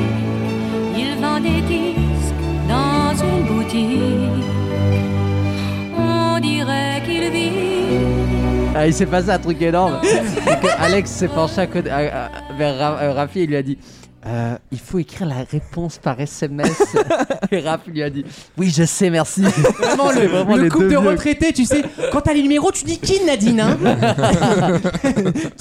S10: Il vend des disques dans une boutique. On dirait qu'il vit
S6: Ah, il s'est passé un truc énorme. C'est que Alex s'est penché à côté- à- à- vers Ra- euh, Rafi et lui a dit Euh, Il faut écrire la réponse par SMS. et Rafi lui a dit Oui, je sais, merci.
S2: Vraiment, le,
S6: vraiment
S2: le
S6: les
S2: couple
S6: deux
S2: de
S6: vieux.
S2: retraités, tu sais, quand t'as les numéros, tu dis Kin, Nadine. hein.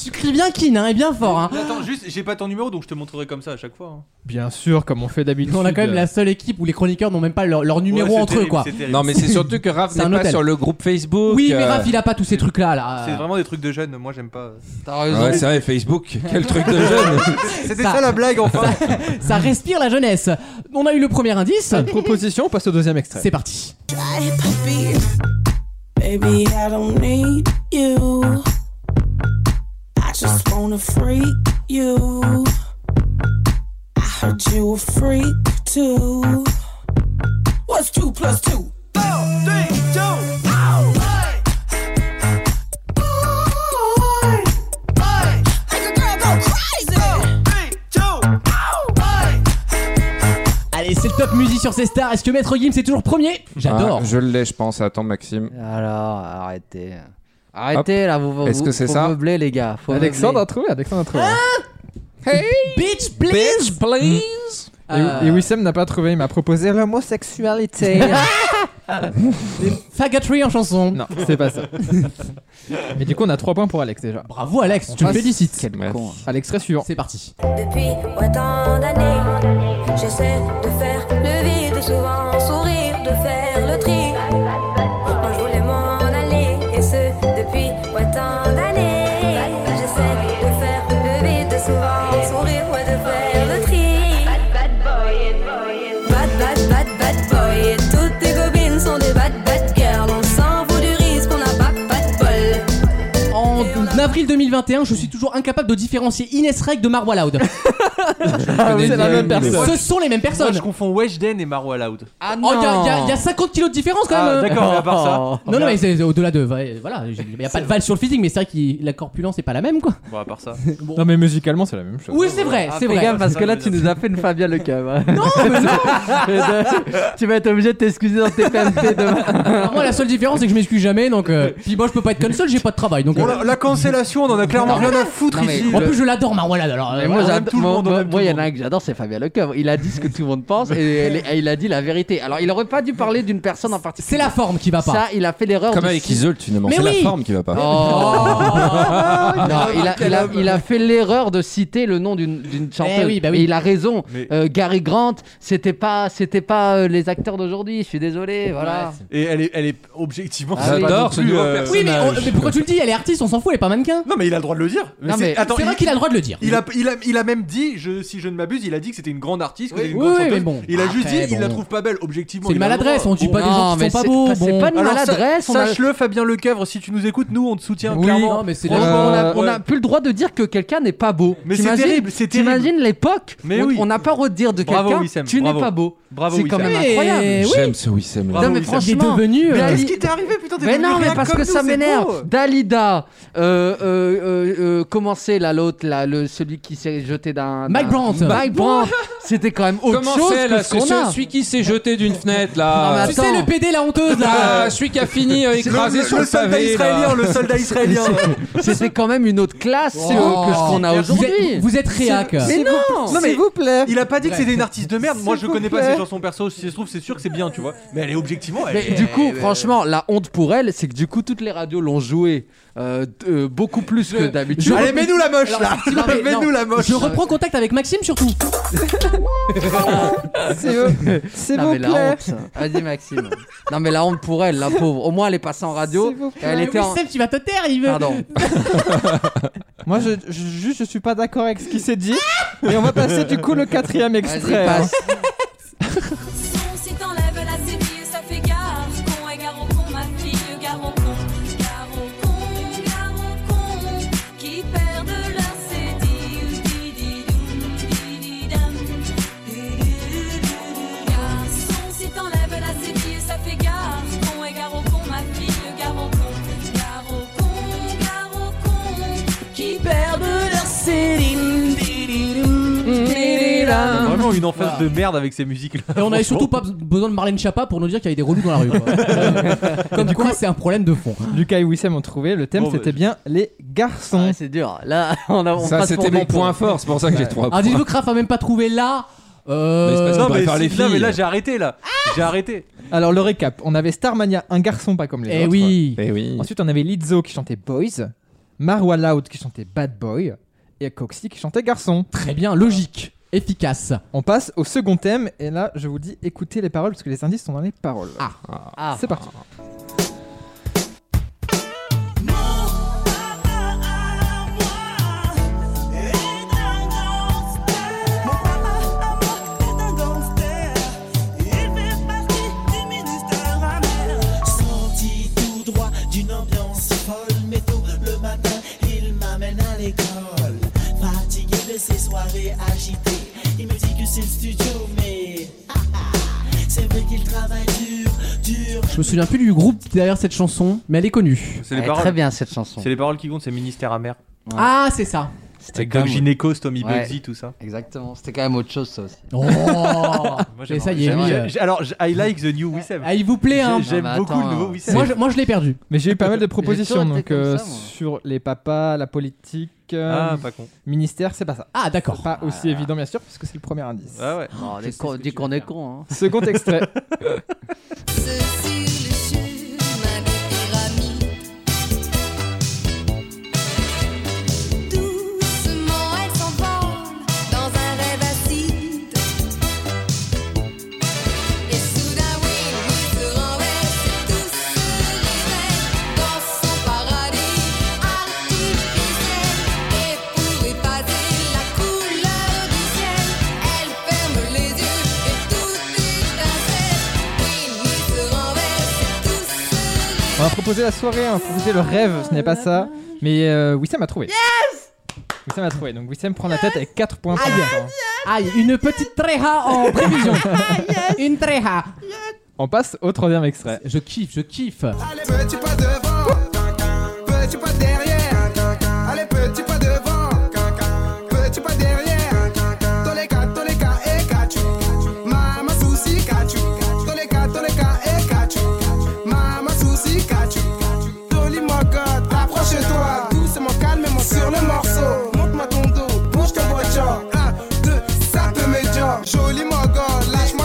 S2: tu cries bien Kin, hein, et bien fort. Hein.
S4: Attends, juste, j'ai pas ton numéro donc je te montrerai comme ça à chaque fois. hein.
S3: Bien sûr, comme on fait d'habitude.
S2: On a quand même la seule équipe où les chroniqueurs n'ont même pas leur, leur numéro
S4: Ouais, c'est
S2: entre
S4: terrible,
S2: eux, quoi.
S4: c'est terrible.
S7: Non mais c'est surtout que Raph
S2: C'est un
S7: n'est pas
S2: hôtel.
S7: sur le groupe Facebook.
S2: Oui, mais
S7: euh,
S2: Raph, il a pas tous ces trucs-là. Là.
S4: C'est vraiment des trucs de jeunes, moi j'aime pas.
S6: T'as raison.
S7: Ouais, c'est vrai, Facebook, quel truc de jeune!
S4: C'était
S2: Ça-
S4: ça la blague enfin
S2: Euh, Ça respire la jeunesse. On a eu le premier indice.
S3: Une proposition, on passe au deuxième extrait.
S2: C'est parti.
S10: Baby, I don't need you. I just wanna freak you. I heard you a freak too. What's two plus two?
S2: Allez, c'est le top musique sur ces stars. Est-ce que Maître Gims est toujours premier J'adore.
S7: Ah, je l'ai, je pense. Attends, Maxime.
S6: Alors, arrêtez. Arrêtez là, vous, vous
S7: Est-ce que c'est
S6: faut
S7: ça
S6: meubler, les gars. Faut
S3: Alexandre a
S6: meubler.
S3: trouvé, Alexandre a trouvé.
S2: Bitch, please.
S7: please!
S3: Et-
S2: Euh,
S3: et, Wissem n'a pas trouvé, il m'a proposé l'homosexualité.
S2: Fagatry en chanson.
S3: non, c'est pas ça. Mais du coup, on a 3 points pour Alex déjà.
S2: Bravo Alex, tu me
S3: passe.
S2: félicites.
S6: Quel
S7: Ouais.
S6: con.
S3: À l'extrait suivant.
S2: C'est parti.
S10: Depuis autant d'années, j'essaie de faire le vide, souvent sourire, de faire le tri. Moi je voulais m'en aller, et ce depuis autant d'années. J'essaie de faire le vide, souvent sourire, ouais, de faire le tri. Bad, bad boy, bad, bad, bad, bad boy. Et toutes tes copines sont des bad, bad girls. On s'en fout du risque, on n'a pas, pas de bol.
S2: En avril 2021, je suis toujours incapable de différencier Ines Reg de Marwa Loud. Ah,
S3: c'est la même personne.
S2: Ce sont les mêmes
S4: Moi je
S2: personnes.
S4: confonds Weshden et Marwa Loud.
S6: Ah non
S2: Oh, il y, a- y a- y a 50 kilos de différence quand même.
S4: Ah, d'accord, mais à part ça.
S6: Oh.
S2: Non, non, mais c'est c'est au-delà de. Voilà, il n'y a pas de val sur le physique, mais c'est vrai que la corpulence n'est pas la même, quoi.
S4: Bon, à part ça.
S3: Non, mais musicalement, c'est la même chose.
S2: Oui, c'est vrai,
S6: Ah,
S2: c'est
S6: fais
S2: vrai.
S6: gaffe, parce que là, tu nous as fait une Fabien Le Cam, hein.
S2: Non, mais non.
S6: tu vas être obligé de t'excuser dans tes PMP demain.
S2: Alors, moi, la seule différence, c'est que je m'excuse jamais, donc. euh, Puis moi, je peux pas être console, j'ai pas de travail, donc. euh,
S4: la relation, on en a clairement rien à foutre
S6: Non, mais-
S4: ici.
S6: En
S2: plus, je l'adore, Marouane, alors. euh,
S6: Mais moi, j'adore- moi, moi, moi, il y en a un que j'adore, c'est Fabien Lecoeur. Il a dit ce que tout le monde pense et, elle- et il a dit la vérité. Alors, il aurait pas dû parler d'une personne en particulier.
S2: C'est la forme qui va pas.
S6: Ça, il a fait l'erreur.
S7: Comme
S6: de
S7: avec
S6: si-
S7: Isolde finalement,
S6: Oh, Mais
S7: c'est
S6: oui Oh,
S7: la forme qui va pas.
S2: Oh,
S6: Non, il a, il a- il a fait l'erreur de citer le nom d'une- d'une chanteuse.
S2: oui, bah oui.
S6: Et il a raison.
S4: Mais-
S6: Euh, Gary Grant, c'était pas, c'était pas euh, les acteurs d'aujourd'hui. Je suis désolé. Voilà.
S4: Et elle est, elle est objectivement.
S6: Ah,
S4: c'est pas
S7: j'adore
S4: non
S7: ce
S4: plus,
S7: nouveau
S4: euh,
S7: personnage.
S2: Oui, mais, on- mais pourquoi tu le dis Elle est artiste, on s'en fout, elle est pas mannequin.
S4: Non, mais il a le droit de le dire.
S6: Non, mais-
S4: attends,
S2: C'est
S4: il-
S2: vrai qu'il a le droit de le dire.
S4: Il a, il, a, il a même dit, je, si je ne m'abuse, il a dit que c'était une grande artiste, que
S6: Oui.
S4: c'était une
S2: Oui,
S4: grande
S2: oui,
S4: chanteuse.
S2: mais bon.
S4: Il a juste
S2: Après,
S4: dit, il la
S2: bon.
S4: trouve pas belle, objectivement.
S2: C'est une
S4: il a le droit. hein.
S2: maladresse, on dit pas des
S6: Oh, Non,
S2: gens qui
S6: mais
S2: sont pas
S6: c'est-
S2: beaux.
S6: enfin, c'est
S2: bon.
S6: pas une
S4: Alors, sa-
S6: maladresse. on a-
S4: Sache-le, Fabien Lecoeuvre, si tu nous écoutes, nous, on te soutient
S2: Oui,
S4: clairement.
S2: non, mais c'est
S6: On,
S2: la-
S6: on a,
S4: Euh, Ouais.
S6: on a plus le droit de dire que quelqu'un n'est pas beau.
S4: Mais c'est
S6: T'imagines-
S4: terrible, c'est terrible.
S6: T'imagines l'époque
S4: Mais
S6: on-
S4: oui.
S6: On n'a pas le droit de dire de
S4: Bravo,
S6: quelqu'un
S4: Wissem,
S6: tu n'es
S4: bravo.
S6: pas beau.
S4: Bravo,
S6: C'est
S4: Wissem.
S6: quand même
S2: Mais
S6: incroyable.
S2: oui.
S7: J'aime ce Wissem.
S6: Non, mais
S2: Il est
S6: franchement.
S2: devenu.
S6: Mais
S2: euh,
S6: Ali-
S4: Qu'est-ce qui t'est arrivé, putain t'es
S6: Mais
S4: devenu
S6: non, mais
S4: rien
S6: parce
S4: comme
S6: que
S4: nous,
S6: ça
S4: c'est beau.
S6: m'énerve. Dalida, euh, euh, euh, euh, comment c'est là l'autre là, le celui qui s'est jeté d'un.
S2: Mike
S6: d'un-
S2: Brandt.
S6: Mike Brandt. C'était quand même autre
S7: Comment
S6: chose
S7: c'est
S6: que
S7: là
S6: ce
S7: C'est
S6: qu'on a.
S7: celui qui s'est jeté d'une fenêtre
S6: Non, Ah, mais
S7: là.
S2: Tu
S6: attends.
S2: sais, le PD, la honteuse, là.
S7: Ah, celui qui a fini euh, écrasé
S4: Le,
S7: sur
S4: le
S7: le
S4: soldat
S7: pavé.
S4: israélien,
S7: là.
S4: le soldat israélien.
S6: C'était quand même une autre classe euh,
S2: Oh.
S6: que ce qu'on a
S2: Vous êtes-
S6: aujourd'hui.
S2: Vous êtes réac.
S6: Mais non.
S4: Non, mais-
S9: S'il vous plaît.
S4: Il a pas dit que c'était une artiste de merde. Moi, je
S9: S'il vous
S4: connais pas
S9: plaît.
S4: ses chansons perso. Si ça se trouve, c'est sûr que c'est bien, tu vois. Mais elle est objectivement. elle
S6: Mais
S4: est-
S6: du
S2: Eh
S6: coup, franchement, la honte pour elle, c'est que du coup, toutes les radios l'ont joué euh, d- euh, beaucoup plus que d'habitude.
S4: Allez, mets-nous la moche là.
S2: Non, mais non.
S4: Mets-nous la moche.
S2: Je reprends contact avec Maxime surtout.
S9: C'est vous. S'il
S6: Non
S9: vous
S6: mais la
S9: plaît.
S6: honte. Vas-y Maxime. Non mais la honte pour elle, la pauvre. Au moins elle est passée en radio.
S9: S'il vous plaît.
S6: Elle était en...
S2: Wissem, tu vas te taire, il veut.
S6: Pardon.
S3: Moi, je, je, juste, je suis pas d'accord avec ce qui s'est dit. Et on va passer du coup le quatrième
S6: Vas-y
S3: extrait. hein.
S6: passe.
S10: Sinon, si t'enlèves la séville, ça fait gare au con, et gare au con, ma fille, gare au con, gare au con, gare au con, qui perdent leur sédille, di-di-doum, di-di-dam, du-du-du-du-du. Garçon, si t'enlèves la séville, ça fait gare con, et gare au con, ma fille, gare au con, gare au con, gare au con, qui perdent leur sédille, di-di-doum, di-di-dam.
S4: Vraiment une emphase de merde avec ses musiques là.
S2: Et on avait surtout pas besoin de Marlène Chapa pour nous dire qu'il y avait des relous dans la rue. quoi. Comme quoi, c'est un problème de fond.
S3: Lucas et Wissem ont trouvé. Le thème,
S4: Bon, bah,
S3: c'était bien les garçons.
S6: Ouais, c'est dur. Là on, a, on
S7: Ça,
S6: passe pour
S7: c'était
S6: des
S7: mon point
S6: cons.
S7: fort, c'est pour ça que j'ai trois
S2: Ah,
S7: points.
S2: dites-vous que Raph a même pas trouvé là.
S7: Mais c'est
S2: Euh...
S7: pas
S4: Non,
S7: On pourrait
S4: mais
S7: faire
S4: si-
S7: les
S4: non, mais
S7: filles.
S4: là, j'ai arrêté là. J'ai arrêté.
S3: Alors, le récap on avait Starmania, un garçon pas comme les
S2: Eh
S3: autres.
S2: oui.
S7: Eh oui.
S3: Ensuite, on avait Lizzo qui chantait Boys, Marwa Loud qui chantait Bad Boy et Coxy qui chantait Garçon.
S2: Très bien, logique, efficace.
S3: On passe au second thème et là, je vous dis écoutez les paroles parce que les indices sont dans les paroles.
S2: Ah.
S6: Ah.
S3: C'est parti.
S11: Sorti tout droit d'une ambiance folle, mais tôt le matin, il m'amène à l'école. Fatigué de ses soirées agitées, il me dit que c'est le studio, mais c'est vrai qu'il travaille dur, dur.
S2: Je me souviens plus du groupe derrière cette chanson, mais elle est connue.
S4: C'est
S6: Elle
S4: les
S6: est Eh, très
S4: paroles.
S6: bien cette chanson.
S4: C'est les paroles qui comptent, c'est Ministère amer.
S2: Ah, c'est ça.
S6: C'était
S4: Avec
S6: quand
S4: Doc
S6: même...
S4: Gynéco, Tommy
S6: Ouais.
S4: Bugsy, tout ça.
S6: Exactement. C'était quand même autre chose ça aussi.
S2: Oh. Et ça y est, lui, euh,
S4: J'ai- Alors, j'ai- I like the new Wissem.
S2: ah, il vous plaît, hein.
S4: J'ai- J'aime
S6: Non, mais
S4: beaucoup
S6: attends,
S4: le nouveau
S6: hein.
S4: Wissem.
S2: Moi, je, moi, je l'ai perdu.
S3: Mais j'ai eu pas mal de propositions
S6: toujours été
S3: donc
S6: comme
S3: euh,
S6: ça, moi.
S3: sur les papas, la politique, euh,
S4: Ah, pas con.
S3: ministère, c'est pas ça.
S2: Ah,
S3: C'est
S2: d'accord.
S3: Pas aussi évident bien sûr parce que c'est le premier indice.
S4: Ah ouais.
S6: Oh, on est con- dit qu'on est con. Hein.
S3: Second extrait.
S10: Ceci le chemin des pyramides. Doucement, elle s'envole dans un rêve acide. Et soudain, oui, il se renverse. Tous se réveillent dans son paradis artificiel. Et pour effacer la couleur du ciel, elle ferme les yeux et tout étincelle. Oui, il se renverse. Tous se réveillent.
S3: On va proposer la soirée, hein. on va proposer le rêve, ce n'est pas ça. Mais euh, Wissem a trouvé. Yes Wissem a trouvé, donc Wissem prend la tête avec 4 points pour l'instant.
S2: Aïe, Ah, une petite tréha en prévision.
S6: Ah,
S2: Une tréha.
S3: On passe au troisième extrait.
S2: Je kiffe, je kiffe.
S11: Allez, petit pas devant, petit pas derrière. Allez, petit pas devant, petit pas derrière. Dans les cas, dans les cas, et cachu. Maman souci, cachu. Dans les cas, dans les cas, et cachu. Maman souci, cachu. Dolly, mon gars, approche-toi. Doucement, calme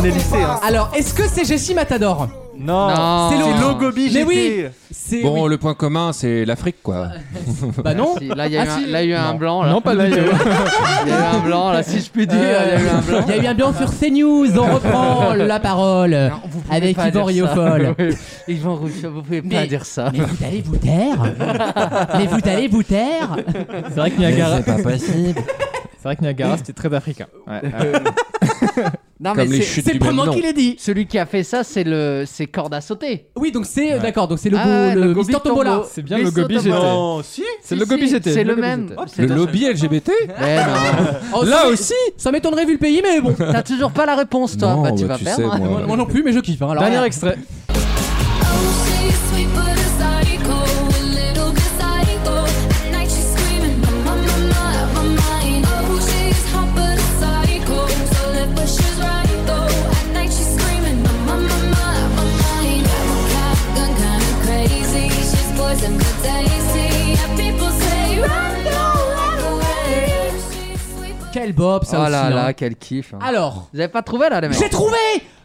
S4: passé, hein.
S2: Alors, est-ce que c'est Jessie Matador
S4: Non,
S7: Non.
S4: c'est
S7: C'est
S4: Logobi
S2: Mais
S4: GT.
S2: oui, c'est
S7: Bon,
S2: oui.
S7: le point commun, c'est l'Afrique, quoi.
S2: Bah non.
S6: Si, là, il y a eu
S2: Ah,
S6: un-
S2: si.
S6: là, il y a eu un blanc. Là.
S7: Non, pas
S6: là,
S7: du
S6: il y a eu-
S7: tout.
S6: Il y a eu un blanc, là, si je puis dire.
S2: Euh,
S6: Il y a eu un blanc.
S2: Il y a eu un blanc sur CNews. On reprend la parole
S6: pouvez
S2: avec
S6: pas
S2: Yvan
S6: dire ça.
S2: Riofol.
S6: Oui, Yvan Riofol, vous pouvez pas
S2: Mais-
S6: dire ça.
S2: Mais vous allez vous taire Mais vous allez vous taire
S3: C'est vrai que Niagara.
S7: C'est pas possible.
S3: C'est vrai que Niagara, c'était très africain. Ouais.
S6: Non,
S7: Comme les
S6: c'est-
S7: chutes
S2: C'est
S7: du
S2: le premier
S7: Médoc.
S2: qui l'a dit.
S6: Celui qui a fait ça, c'est le, c'est corde à sauter.
S2: Oui, donc c'est d'accord, donc c'est le,
S6: Ah
S2: go-
S6: ouais,
S2: le,
S6: le Gobi
S2: Mister Tombola.
S6: Tombo.
S3: C'est bien
S6: Mais
S3: le Gobi
S6: saute à
S3: GT.
S6: bord.
S4: Non, si.
S3: C'est le Gobi GT.
S6: C'est le
S3: Gobi
S6: même.
S3: GT.
S6: Hop,
S7: Le
S6: c'est-
S7: lobby LGBT
S6: Mais non.
S2: Oh, ça
S7: Là
S2: m'é-
S7: aussi
S2: Ça m'étonnerait vu le pays, mais bon.
S6: T'as toujours pas la réponse, toi.
S7: Non,
S6: bah, tu
S7: bah,
S6: vas
S7: tu
S6: perdre.
S7: sais, moi.
S2: Moi non plus, mais je kiffe. hein, alors,
S3: Dernier
S2: là.
S3: extrait.
S2: Quel bob
S6: Oh
S2: ça aussi.
S6: là
S2: hein.
S6: là, quel kiff. hein.
S2: Alors,
S6: Vous avez pas trouvé là, les
S2: j'ai
S6: mecs
S2: trouvé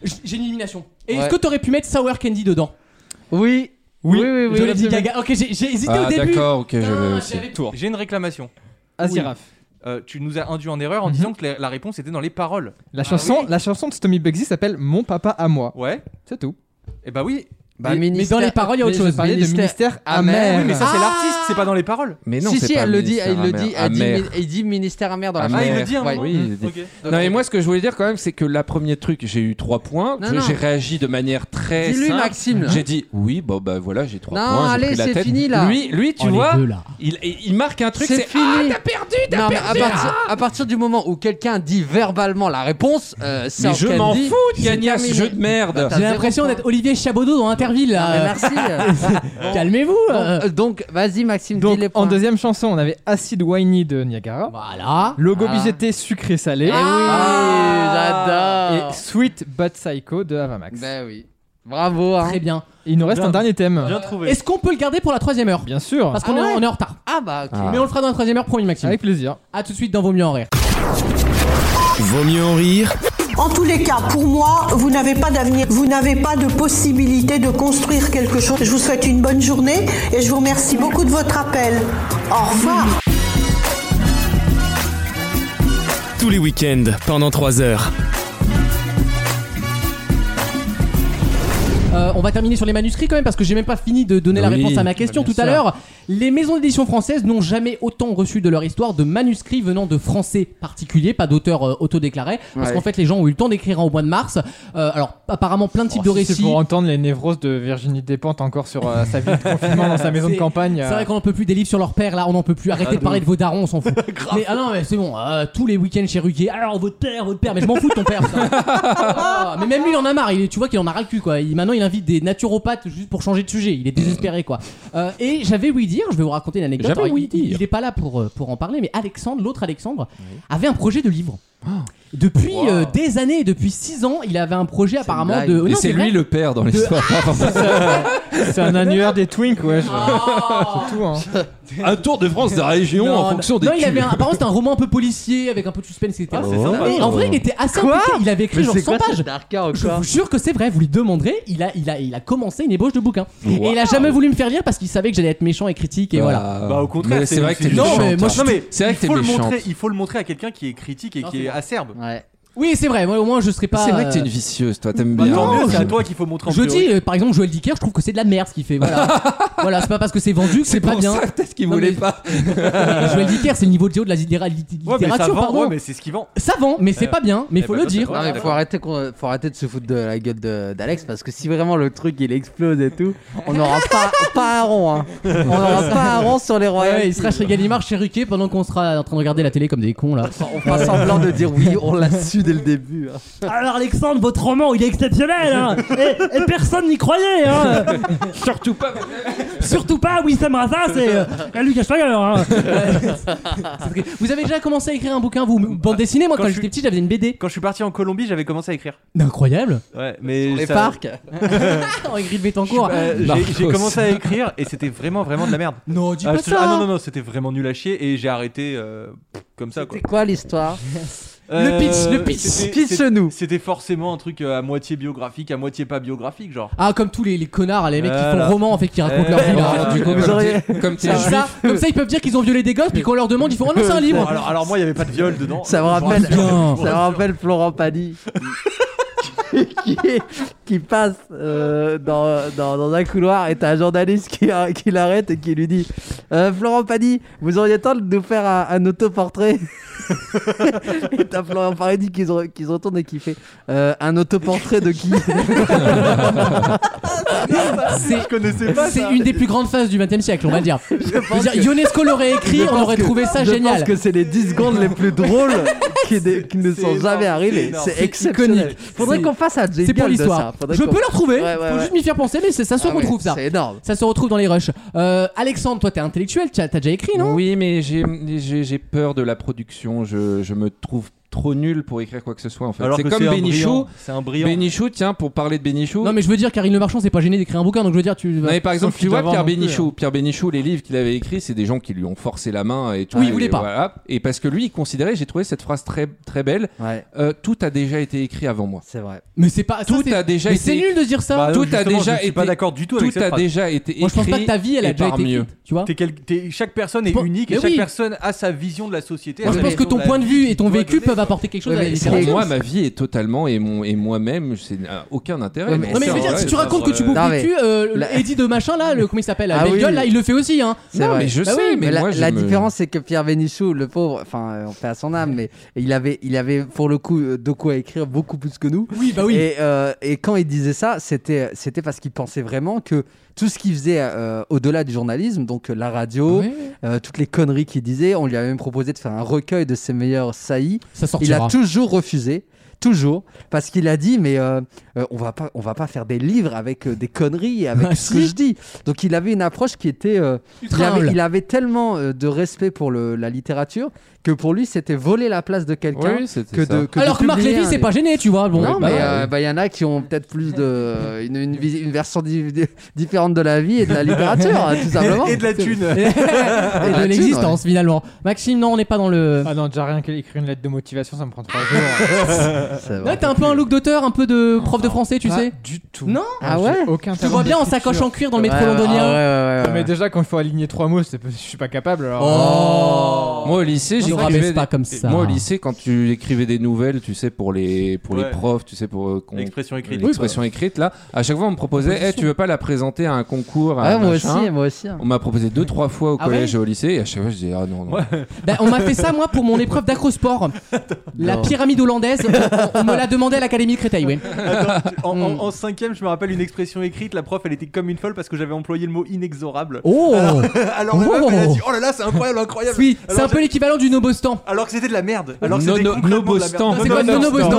S2: J- J'ai une illumination. Et est-ce
S6: Ouais.
S2: que t'aurais pu mettre Sour Candy dedans
S6: Oui. Oui, oui, oui.
S2: Je l'ai dit Gaga. Ok, j'ai j'ai hésité au
S7: Ah,
S2: début.
S7: d'accord, ok, je vais
S2: Putain,
S7: aussi.
S2: j'avais-
S4: J'ai une réclamation.
S3: Aziraf.
S4: Euh, tu nous as induit en erreur
S2: Mhm.
S4: en disant que la, la réponse était dans les paroles.
S3: La chanson,
S6: Ah
S3: la chanson de Stomy Bugsy s'appelle Mon papa à moi.
S4: Ouais.
S3: C'est tout.
S4: Et bah oui.
S6: Bah,
S2: Mais- mais
S6: ministère-
S2: dans les paroles, il y a autre
S6: mais je
S2: chose.
S6: parlais de
S3: Parler de ministère amer.
S4: Oui, mais ça c'est
S6: Ah.
S4: l'artiste, c'est pas dans les paroles.
S7: Mais non,
S6: si,
S7: c'est
S6: si,
S7: pas
S6: elle le dit,
S7: ministère
S6: elle le dit, elle dit,
S7: amer.
S6: mi- il dit ministère amer dans la
S7: Amer.
S4: Ah,
S6: chanson.
S4: il le
S2: hein,
S4: dit à un
S6: Ouais.
S4: moment.
S7: Oui, il dit.
S4: Ok.
S7: Non, mais moi, ce que je voulais dire quand même, c'est que la première truc, j'ai eu 3 points.
S6: Non,
S7: Je-
S6: non.
S7: J'ai réagi de manière très.
S6: Dis-lui,
S7: simple.
S6: Maxime, là.
S7: J'ai dit, oui, bon, bah voilà, j'ai 3
S6: Non,
S7: points. j'ai
S6: allez,
S7: pris la
S6: c'est
S7: tête.
S6: fini, là.
S7: Lui, lui tu
S2: Oh, les
S7: vois,
S2: deux, là.
S7: il, il marque un truc,
S6: C'est
S7: c'est.
S6: fini.
S7: Ah, t'as perdu, t'as
S6: Non, mais à
S7: perdu.
S6: partir, à partir du moment où quelqu'un dit verbalement la réponse, euh,
S7: Mais
S6: Sir
S7: je
S6: Candy-
S7: m'en fous de gagner à ce
S6: terminé.
S7: jeu de merde.
S6: Bah,
S2: J'ai
S6: zéro
S2: l'impression
S6: point.
S2: d'être Olivier Chabaudot dans Interville
S6: Ah, mais
S2: là.
S6: merci.
S2: Calmez-vous.
S6: Donc,
S2: euh.
S6: euh, Donc, vas-y, Maxime, dis
S3: Donc,
S6: les points.
S3: en deuxième chanson, on avait Acid Whiny de Niagara.
S2: Voilà.
S3: Le Gobi
S6: Ah.
S3: GT sucré salé.
S6: Eh oui,
S3: Et Ah.
S6: j'adore.
S3: Sweet Bad Psycho de Avamax.
S6: Ben oui. Bravo. hein.
S2: Très bien.
S3: Il nous reste
S4: Bien.
S3: un dernier thème.
S4: Bien trouvé.
S2: Est-ce qu'on peut le garder pour la troisième heure
S3: Bien sûr.
S2: Parce qu'on est-
S6: Ah ouais
S2: on est en retard.
S6: Ah bah, ok.
S7: Ah.
S2: Mais on le fera dans la troisième heure, promis Maxime.
S3: Avec plaisir.
S2: A tout de suite dans Vos mieux en rire.
S1: Vaut mieux en rire
S8: En tous les cas, pour moi, vous n'avez pas d'avenir, vous n'avez pas de possibilité de construire quelque chose. Je vous souhaite une bonne journée et je vous remercie beaucoup de votre appel. Au revoir.
S1: tous les week-ends pendant 3 heures.
S2: Euh, on va terminer sur les manuscrits quand même parce que j'ai même pas fini de donner la
S7: Oui,
S2: réponse à ma question
S3: bah, bien
S2: tout à
S3: sûr.
S2: l'heure. Les maisons d'édition françaises n'ont jamais autant reçu de leur histoire de manuscrits venant de Français particuliers, pas d'auteurs euh, autodéclarés, parce
S6: Ouais.
S2: qu'en fait les gens ont eu le temps d'écrire au mois de mars. Euh, alors apparemment plein de types
S3: Oh,
S2: de
S3: si
S2: récits.
S3: C'est pour entendre les névroses de Virginie Despentes encore sur euh, sa vie de confinement dans sa maison de
S2: C'est-
S3: campagne.
S2: C'est
S3: euh,
S2: vrai qu'on en peut plus des livres sur leur père là, on n'en peut plus. Arrêtez de parler de vos darons, on s'en fout. mais ah non, mais c'est bon, euh, tous les week-ends chez Ruquier, alors votre père, votre père, mais je m'en fous de ton père. putain. Ah, mais même lui, il en a marre, il, est- tu vois qu'il en a ras le cul quoi. Il, maintenant, il invite des naturopathes juste pour changer de sujet, il est désespéré quoi. Euh, et j'avais ouï dire, je vais vous raconter une anecdote.
S7: J'avais
S2: il-
S7: ouï dire.
S2: Il n'est pas là pour, euh, pour en parler, mais Alexandre, l'autre Alexandre, avait un projet de livre. Depuis euh, des années, depuis 6 ans, il avait un projet apparemment
S6: blague.
S2: de.
S7: Et
S2: Non,
S7: c'est
S2: vrai.
S7: lui le père dans l'histoire.
S3: C'est un annuaire des Twinks, ouais. je-
S2: Oh.
S3: Tout, hein.
S7: un tour de France de la région
S2: Non,
S7: en fonction des
S2: non, il
S7: culs.
S2: avait un, apparemment c'était un roman un peu policier avec un peu de suspense etc.
S7: c'est sympa.
S2: Et en vrai il était assez impliqué, il avait écrit
S6: Mais
S2: genre
S6: c'est
S2: 100
S6: quoi ce
S2: pages.
S6: Darka
S2: Je
S6: encore
S2: vous jure que c'est vrai, vous lui demanderez, il a, il a, il a commencé une ébauche de bouquin. Et il a jamais voulu me faire lire parce qu'il savait que j'allais être méchant et critique et voilà.
S4: Bah au contraire,
S7: Ah. Mais c'est vrai que t'es
S4: une-
S2: Non,
S7: méchante.
S2: mais moi, je-
S4: Non, mais
S7: C'est vrai que
S4: il
S7: t'es
S4: faut le
S7: méchante.
S4: montrer, il faut le montrer à quelqu'un qui est critique et
S2: Non,
S4: qui
S2: c'est
S4: est
S2: vrai.
S4: acerbe.
S6: Ouais.
S2: Oui c'est vrai, moi, au moins je serais pas...
S7: C'est vrai que t'es
S2: euh,
S7: une vicieuse, toi, t'aimes
S4: Bah
S7: bien.
S4: tant mieux,
S7: Je-
S4: c'est à toi qu'il faut montrer en
S2: Je
S4: priorité.
S2: dis euh, par exemple Joël Dicker, je trouve que c'est de la merde ce qu'il fait. Voilà, voilà c'est pas parce que c'est vendu que c'est
S7: C'est
S2: pas
S7: pour
S2: bien.
S7: ça peut-être qu'il
S2: Non,
S7: voulait
S2: mais-
S7: pas.
S2: Joël Dicker, c'est le niveau de Géo de la littéra- littérature,
S4: Ouais, mais ça vend,
S2: pardon.
S4: ouais, mais c'est ce qui vend.
S2: Ça vend, mais c'est
S4: Euh,
S2: pas bien, mais
S4: eh
S2: il faut
S4: ben,
S2: le
S4: toi, c'est
S2: dire.
S4: toi.
S6: Non, mais
S4: Ouais,
S6: faut arrêter, qu'on- faut arrêter de se foutre de la gueule de- d'Alex parce que si vraiment le truc il explose et tout, on n'aura pas, pas un rond. Hein. On n'aura pas un rond sur les
S2: Ouais,
S6: royaumes.
S2: ouais, il sera chez Gallimard, chez Ruquet pendant qu'on sera en train de regarder la télé comme des cons là.
S6: On fera semblant de dire oui, on l'a su dès le début. hein.
S2: Alors Alexandre, votre roman, il est exceptionnel, hein et, personne n'y croyait, hein
S7: Surtout pas.
S2: Surtout pas Wissam Raza, c'est Lucas Vous avez déjà commencé à écrire un bouquin, vous
S6: Bah,
S2: une Bande dessinée, moi, quand,
S4: quand je
S2: j'étais
S4: suis-
S2: petit, j'avais une BD.
S4: Quand je suis parti en Colombie, j'avais commencé à écrire.
S2: Incroyable
S4: Ouais, mais
S6: Les
S4: ça-
S6: parcs.
S2: En écrit de Bettencourt.
S4: Euh, j'ai-
S7: Marcos.
S4: j'ai commencé à écrire et c'était vraiment vraiment de la merde.
S2: Non, dis
S4: Ah,
S2: pas
S4: je te-
S2: ça
S4: ah non non non, c'était vraiment nul à chier et j'ai arrêté euh, comme ça quoi.
S6: C'est quoi l'histoire
S2: Le pitch, le pitch. Pitch
S4: nous. C'était forcément un truc euh, à moitié biographique, à moitié pas biographique, genre.
S2: Ah, comme tous les, les connards, les mecs qui font
S4: Voilà.
S2: roman en fait, qui racontent leur vie. là.
S4: Euh, du coup, vous auriez-
S7: Comme
S2: Comme ça, comme ça, ils peuvent dire qu'ils ont violé des gosses, puis qu'on leur demande, ils font Ah non, c'est un livre
S4: Alors, alors moi, il y avait pas de viol dedans.
S6: Ça me
S4: Je vous
S6: rappelle,
S4: rassure, je vous
S6: ça me
S4: rassure.
S6: rappelle Florent Pagny. qui, qui passe euh, dans, dans, dans un couloir et t'as un journaliste qui, euh, qui l'arrête et qui lui dit Euh, Florent Pagny, vous auriez tort de nous faire un, un autoportrait Et t'as Florent Pagny qui se, re- qui se retourne et qui fait Euh, Un autoportrait de qui
S2: C'est-
S4: Je connaissais pas
S2: C'est
S4: ça.
S2: une des plus grandes phases du 20 siècle, on va dire. Je veux dire, Ionesco l'aurait écrit,
S6: Je
S2: on
S6: pense
S2: aurait
S6: que-
S2: trouvé ça
S6: je
S2: génial.
S6: pense que c'est les 10 secondes les plus drôles qui, ne- qui ne sont jamais arrivées.
S2: énorme.
S6: C'est
S2: C'est
S6: exceptionnel.
S2: iconique.
S6: Faudrait
S2: C'est-
S6: qu'on fasse un jingle
S2: C'est pour
S6: de
S2: l'histoire.
S6: ça. Faudrait
S2: Je
S6: qu'on-
S2: peux le retrouver.
S6: Ouais, ouais,
S2: Faut
S6: ouais.
S2: juste m'y faire penser, mais c'est ça se
S6: Ah ouais,
S2: retrouve ça.
S6: C'est énorme.
S2: Ça se retrouve dans les rushs. Euh, Alexandre, toi, t'es intellectuel, t'as t'as déjà écrit, non
S7: Oui, mais j'ai- j'ai j'ai peur de la production. Je, je me trouve trop nul pour écrire quoi que ce soit en fait.
S4: Alors
S7: C'est
S4: que
S7: comme
S4: c'est un
S7: Bénichou.
S4: brillant, c'est un brillant.
S7: Bénichou, tiens, pour parler de Bénichou.
S2: Non, mais je veux dire, Karine Le Marchand, c'est pas gêné d'écrire un bouquin, donc je veux dire, tu.
S7: Non, mais par exemple,
S2: Sauf
S7: tu
S2: qu'il
S7: vois
S2: doit
S7: Pierre
S2: avoir non plus,
S7: Bénichou.
S2: hein.
S7: Pierre Bénichou, les livres qu'il avait écrits, c'est des gens qui lui ont forcé la main et tout.
S2: Oui, il
S7: Et
S2: voulait pas.
S7: voilà. Et parce que lui, il considérait, j'ai trouvé cette phrase très, très belle. euh, tout a déjà été écrit avant moi.
S6: C'est vrai.
S2: Mais c'est pas. ça,
S7: Tout
S2: Ah, c'est-
S7: a déjà
S2: Mais
S7: été.
S2: c'est nul de dire ça.
S7: Bah,
S2: Tout
S7: tout
S4: Ah,
S7: a
S4: Justement,
S7: déjà
S4: je suis
S7: été.
S4: pas d'accord du tout
S7: Tout
S4: avec cette
S7: a
S4: phrase.
S7: déjà été écrit.
S2: Moi, je pense pas que ta vie, elle a
S7: et
S2: déjà
S7: par
S2: été
S7: mieux.
S2: écrite, tu vois.
S4: T'es quel- t'es- chaque personne est
S2: Bon,
S4: unique
S2: mais
S4: et chaque
S2: oui.
S4: personne a sa vision de la société.
S2: Moi, je
S4: sa
S2: pense que
S4: vision
S2: ton
S4: de la
S2: point de
S4: vie
S2: vue
S4: qu'il
S2: et ton
S4: doit
S2: vécu
S4: donner.
S2: peuvent apporter quelque chose
S6: Ouais,
S2: à la
S6: mais
S2: vie.
S6: c'est-
S7: Pour
S6: Et-
S7: moi, ma vie est totalement et, mon, et moi-même, c'est euh, aucun intérêt.
S6: Ouais,
S7: Bon,
S2: Non mais je veux
S7: c'est
S2: dire,
S7: vrai,
S2: si tu
S7: c'est
S2: racontes
S7: vrai.
S2: que tu bouffes
S6: Non,
S2: le
S6: mais-
S2: cul, euh,
S6: la-
S2: Eddie de machin là, le, comment il s'appelle
S6: Ah
S2: la
S6: oui.
S2: là, il le fait aussi hein.
S6: C'est
S7: Non,
S6: vrai.
S7: mais je
S2: Bah
S7: sais,
S2: oui,
S7: mais
S6: Mais la,
S7: moi, je
S6: la
S7: me-
S6: différence, c'est que Pierre Vénichou, le pauvre, enfin, euh, on fait à son âme, mais il avait, il avait pour le coup euh, de quoi écrire beaucoup plus que nous.
S2: Oui, bah oui.
S6: Et, euh, et quand il disait ça, c'était, c'était parce qu'il pensait vraiment que tout ce qu'il faisait euh, au-delà du journalisme, donc euh, la radio,
S2: Ouais.
S6: euh, toutes les conneries qu'il disait, on lui avait même proposé de faire un recueil de ses meilleurs saillies.
S2: Ça
S6: Il
S2: sortira.
S6: a toujours refusé. Toujours, parce qu'il a dit mais euh, euh, on va pas on va pas faire des livres avec euh, des conneries et avec
S2: Ah,
S6: ce que
S2: si.
S6: je dis. Donc il avait une approche qui était euh, il,
S2: Ultra humble.
S6: avait, il avait tellement euh, de respect pour le- la littérature que pour lui c'était voler la place de quelqu'un
S7: Oui, c'était
S6: que
S7: ça.
S6: de que de
S2: Alors que Marc
S6: publier
S2: Lévy,
S6: un
S2: c'est
S6: livre.
S2: pas gêné, tu vois. Bon,
S6: non,
S2: bah,
S6: mais euh, il
S2: ouais.
S6: y en a qui ont peut-être plus de. euh, Une, une visi- une version di- di- différente de la vie et de la littérature, hein, tout simplement.
S4: Et de la thune.
S6: Et la
S2: de
S6: thune,
S2: l'existence finalement. Maxime, non, on n'est pas dans le.
S3: Ah non, déjà rien qu'écrire une lettre de motivation, ça me prend 3 jours.
S6: ouais, c'est vrai.
S2: Là, t'as un peu un look d'auteur, un peu de prof de français, tu
S3: Pas
S2: sais.
S3: Du tout.
S2: Non
S6: Ah ouais
S3: Aucun
S2: Je te vois bien en sacoche en cuir dans le métro
S6: Ouais, ouais,
S2: londonien.
S6: ouais, ouais, ouais, ouais.
S3: Euh, Mais déjà, quand il faut aligner trois mots, c'est- je suis pas capable. Alors...
S2: Oh
S7: Moi au lycée,
S2: On se rabaisse
S7: j'écrivais
S2: pas
S7: des-
S2: comme ça. hein.
S7: Moi au lycée, quand tu écrivais des nouvelles, tu sais pour les pour les
S4: Ouais.
S7: profs, tu sais pour euh, qu'on-
S4: L'expression écrite.
S7: l'expression écrite là, à chaque fois on me proposait, Eh, tu veux pas la présenter à un concours, à
S6: Ouais,
S7: un
S6: Ah, moi
S7: machin
S6: aussi, moi aussi. hein.
S7: On m'a proposé deux trois fois au
S2: Ah ouais
S7: collège et au lycée, et à chaque fois je disais ah non non.
S2: Bah, on m'a fait ça, moi, pour mon épreuve d'acrosport. La pyramide hollandaise, on, on me l'a demandé à l'Académie de Créteil, oui.
S4: Attends, tu- en, en- en cinquième, je me rappelle une expression écrite. La prof, elle était comme une folle parce que j'avais employé le mot inexorable.
S2: Oh
S7: Ah,
S4: Alors la
S2: Oh.
S4: meuf, elle a dit Oh là là, c'est incroyable, incroyable.
S2: Oui, c'est
S4: Alors,
S2: un peu
S4: j'ai-
S2: l'équivalent du Nobostan.
S4: Alors que c'était de la merde. Alors que
S7: Non,
S4: c'était
S7: non,
S4: concrètement de la
S7: nobostant.
S4: merde.
S2: C'est quoi Nonobostan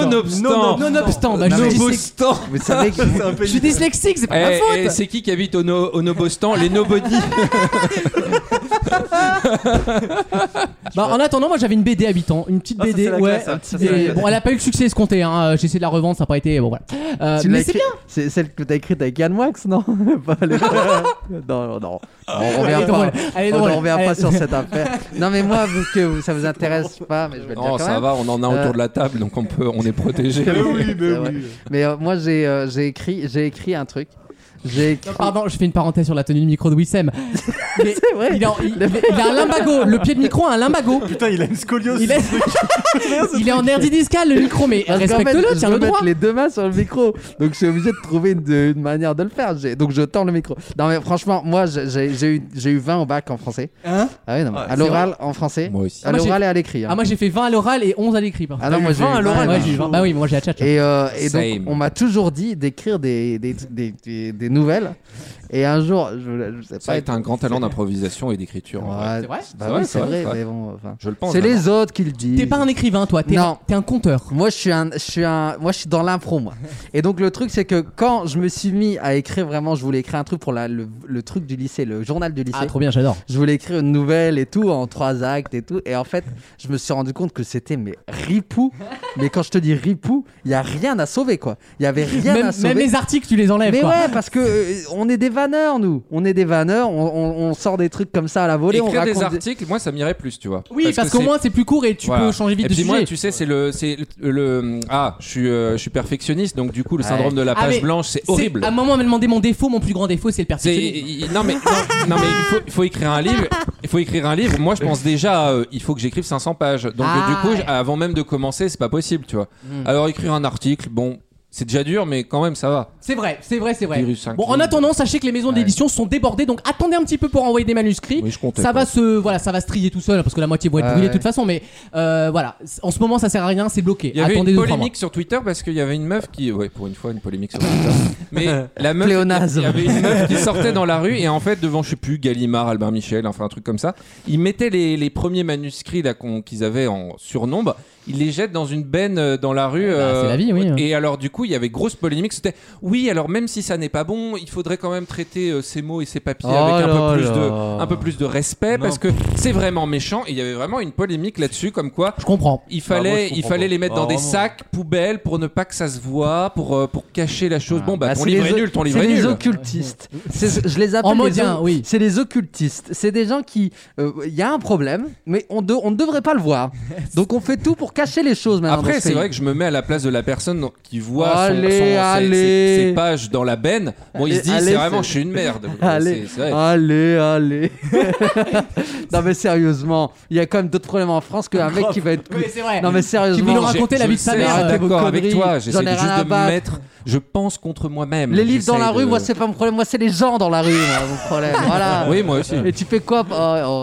S7: Nonobstant.
S2: Nonobstant, bah, je suis dyslexique.
S7: Nobostan.
S6: Vous savez que.
S4: C'est un peu
S2: Je suis dyslexique, c'est pas ma
S7: Eh, eh,
S2: faute.
S7: c'est qui qui habite au, no- au Nobostan Les Nobody.
S2: Bah, en attendant, moi j'avais une BD habitant, une petite
S4: Ah, ça,
S2: BD.
S4: c'est la
S2: ouais,
S4: classe,
S6: hein,
S4: ça.
S2: une petite
S4: Ça, c'est la
S2: BD.
S4: classe.
S2: Bon, elle a pas eu le succès escompté, hein. euh, J'ai essayé de la revendre, ça n'a pas été. Bon, voilà. Euh,
S6: Tu l'as
S2: mais c'est
S6: écrit-
S2: bien.
S6: C'est celle que t'as écrite avec Yann Wax, non Pas les- Non, non, non. On
S2: Elle est
S6: revient
S2: drôle,
S6: pas.
S2: elle est
S6: On
S2: drôle,
S6: ne revient
S2: elle est-
S6: pas sur cette affaire. Non, mais moi, vu que ça vous intéresse pas, mais je vais le dire
S7: Non,
S6: quand
S7: ça
S6: même.
S7: va, on en a autour
S6: Euh.
S7: de la table, donc on peut, on est protégé.
S4: Mais Ah oui, mais
S6: C'est vrai.
S4: oui.
S6: Mais euh, moi, j'ai euh, j'ai écrit, j'ai écrit un truc. J'ai écrit.
S2: Pardon, je fais une parenthèse sur la tenue de micro de Wissem. Mais
S6: C'est vrai.
S2: il, est en- il- il a un limbago, le pied de micro a un limbago.
S4: Putain, il a une scoliose.
S2: Il est, il est en hernie discale le micro, mais
S6: Parce qu'en
S2: respecte-le,
S6: fait, je
S2: tiens
S6: veux
S2: le droit.
S6: mettre les deux mains sur le micro. Donc je suis obligé de trouver une, une manière de le faire. J'ai- Donc je tends le micro. Non mais franchement, moi j'ai- j'ai j'ai eu, j'ai eu 20 au bac en français.
S2: Hein
S6: ah oui, non, mais
S4: Ouais,
S6: à l'oral en français.
S7: Moi aussi.
S6: À
S2: Ah, moi, j'ai-
S6: l'oral et à l'écrit. hein.
S2: Ah, moi j'ai fait 20 à l'oral et 11 à l'écrit. par
S6: Ah
S2: contre.
S6: non, moi j'ai eu 20 à l'oral.
S2: Ouais, j'ai eu 20. Bah oui, moi j'ai la tchatcha.
S6: Et, euh, et donc,
S7: Same.
S6: on m'a toujours dit d'écrire des, des, des, des- des nouvelles. Et un jour, je, je sais
S7: Ça
S6: pas.
S7: est un grand talent d'improvisation et d'écriture. en
S6: Ouais,
S7: vrai.
S2: C'est vrai
S6: bah
S7: C'est
S6: oui,
S7: vrai,
S6: c'est
S7: c'est
S6: vrai,
S7: vrai.
S6: mais bon. enfin.
S7: Je le pense. hein.
S6: C'est
S7: d'abord.
S6: les autres qui le disent.
S2: T'es pas un écrivain, toi, t'es
S6: Non.
S2: un, t'es un conteur.
S6: Moi, je suis un, je suis un, moi, je suis dans l'impro, moi. Et donc, le truc, c'est que quand je me suis mis à écrire vraiment, je voulais écrire un truc pour la, le, le truc du lycée, le journal du lycée.
S2: Ah, trop bien, j'adore.
S6: Je voulais écrire une nouvelle et tout en trois actes et tout. Et en fait, je me suis rendu compte que c'était mais ripou. Mais quand je te dis ripou, il y a rien à sauver, quoi. Il y avait rien à
S2: Même,
S6: sauver.
S2: même les articles, tu les enlèves.
S6: mais
S2: quoi.
S6: ouais, parce que euh, on est des vanneurs, nous. On est des vanneurs, on, on- on sort des trucs comme ça à la volée. on
S7: Écrire
S6: raconte
S7: des articles, moi ça m'irait plus, tu vois.
S2: Oui, parce qu'au moins, c'est plus court et tu peux changer vite
S7: et
S2: de
S7: puis moi,
S2: sujet.
S7: tu sais, c'est le, c'est le, le- ah, je suis, euh, je suis perfectionniste, donc du coup, le syndrome de la
S2: Ah,
S7: page
S2: mais
S7: blanche, c'est horrible.
S2: À un moment, on m'a demandé mon défaut. Mon plus grand défaut, c'est le
S7: C'est-
S2: perfectionnisme.
S7: il- il- non mais non, non, mais il faut, il faut écrire un livre. Il faut écrire un livre. Moi je pense déjà euh, il faut que j'écrive 500 pages. Donc euh,
S2: Ah,
S7: du coup
S2: ouais.
S7: j- avant même de commencer c'est pas possible tu vois.
S2: Hmm.
S7: Alors écrire un article bon c'est déjà dur mais quand même ça va.
S2: C'est vrai, c'est vrai, c'est vrai.
S7: Virus cinq
S2: Bon, en
S7: livres.
S2: attendant, sachez que les maisons d'édition sont débordées, donc attendez un petit peu pour envoyer des manuscrits.
S7: Oui, je comptais,
S2: ça
S7: quoi.
S2: va se, voilà, ça va se trier tout seul parce que la moitié vont être
S7: Ouais,
S2: brûlée de
S7: ouais.
S2: toute façon. Mais euh, voilà, en ce moment, ça sert à rien, c'est bloqué.
S7: Il y avait
S2: attendez
S7: une
S2: deux, trois mois.
S7: polémique sur Twitter parce qu'il y avait une meuf qui, ouais, pour une fois, une polémique sur Twitter. Mais la meuf,
S6: Pléonasme.
S7: il y avait une meuf qui sortait dans la rue et en fait devant, je sais plus, Gallimard, Albin Michel, enfin un truc comme ça, ils mettaient les, les premiers manuscrits là qu'on- qu'ils avaient en surnombre, ils les jettent dans une benne euh, dans la rue. euh,
S2: Ah, bah, c'est la vie, oui. hein.
S7: Et alors du coup, il y avait grosse polémique. C'était oui, alors même si ça n'est pas bon, il faudrait quand même traiter euh, ces mots et ces papiers
S6: Oh
S7: avec un
S6: là
S7: peu, plus
S6: là.
S7: de, un peu plus de respect parce que c'est vraiment méchant. Et il y avait vraiment une polémique là-dessus, comme quoi.
S2: Je comprends.
S6: Bah,
S7: Il fallait,
S2: Ah, moi, je
S7: il
S2: comprends
S7: fallait
S2: pas.
S7: les mettre dans
S2: Ah,
S7: des
S2: vraiment.
S7: sacs poubelles pour ne pas que ça se voit, pour, euh, pour cacher la chose. bon, bah,
S6: Bah,
S7: ton
S6: c'est
S7: livre
S6: les
S7: est
S6: o-
S7: nul, ton livre
S6: c'est
S7: est
S6: les
S7: nul.
S6: occultistes. C'est- je les appelle
S2: En mode
S6: les
S2: bien,
S6: o- C'est les occultistes. C'est des gens qui, euh, il y a un problème, mais on, de- on ne devrait pas le voir. Donc on fait tout pour cacher les choses maintenant.
S7: Après, c'est vrai que je me mets à la place de la personne donc, qui voit son-
S6: Allez,
S7: son- ses-
S6: allez.
S7: ses, ses pages dans la benne. Bon, il se dit, c'est vraiment, je
S6: chez
S7: suis une merde.
S6: Allez, Ah,
S7: C'est- c'est vrai.
S6: allez, allez. non mais sérieusement, il y a quand même d'autres problèmes en France qu'un mec qui va être.
S2: Oui, c'est vrai.
S6: Non mais sérieusement.
S2: Qui nous racontait la vie de sa
S7: Je
S2: mère,
S7: suis
S2: euh, vos
S7: d'accord avec
S2: conneries.
S7: toi.
S6: J'en
S7: J'essaie
S6: ai
S7: de-
S6: rien
S7: juste
S6: à
S7: de me
S6: battre.
S7: mettre. Je pense contre moi-même.
S6: Les livres dans
S7: J'essaie
S6: la rue,
S7: de-
S6: moi c'est pas mon problème, moi c'est les gens dans la rue, moi, mon problème. Voilà.
S7: Oui, moi aussi.
S6: Et tu fais quoi Oh, oh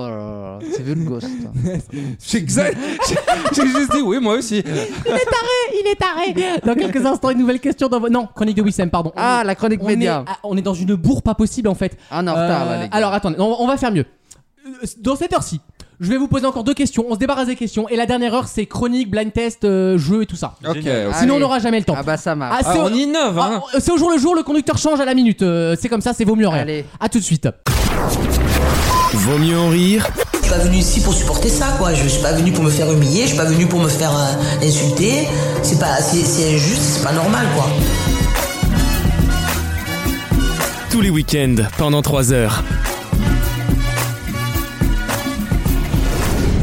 S6: là là, c'est vu le ghost.
S7: C'est exact. J'ai juste dit, oui, moi aussi.
S2: Il est taré, il est taré. Dans quelques instants, une nouvelle question dans vos... Non, chronique de Wissem, pardon. Ah,
S6: la chronique
S2: média. on est dans une bourre pas possible en fait. Euh,
S6: Ah, non, retard, là, les gars.
S2: Alors attendez, on, on va faire mieux. Euh, Dans cette heure-ci, je vais vous poser encore deux questions. On se débarrasse des questions. Et la dernière heure, c'est chronique, blind test, euh, jeu et tout ça.
S7: Ok, ok.
S2: Sinon, on n'aura jamais le temps. Ah
S6: bah ça marche.
S7: Ah, on innove, hein.
S2: c'est au jour le jour, le conducteur change à la minute. Euh, c'est comme ça, c'est vaut mieux rien. Allez. À tout de suite.
S1: Vaut mieux en rire
S12: Je suis pas venu ici pour supporter ça, quoi. Je suis pas venu pour me faire humilier, je suis pas venu pour me faire euh, insulter. C'est pas, c'est c'est injuste, c'est pas normal, quoi.
S1: tous les week-ends pendant 3 heures.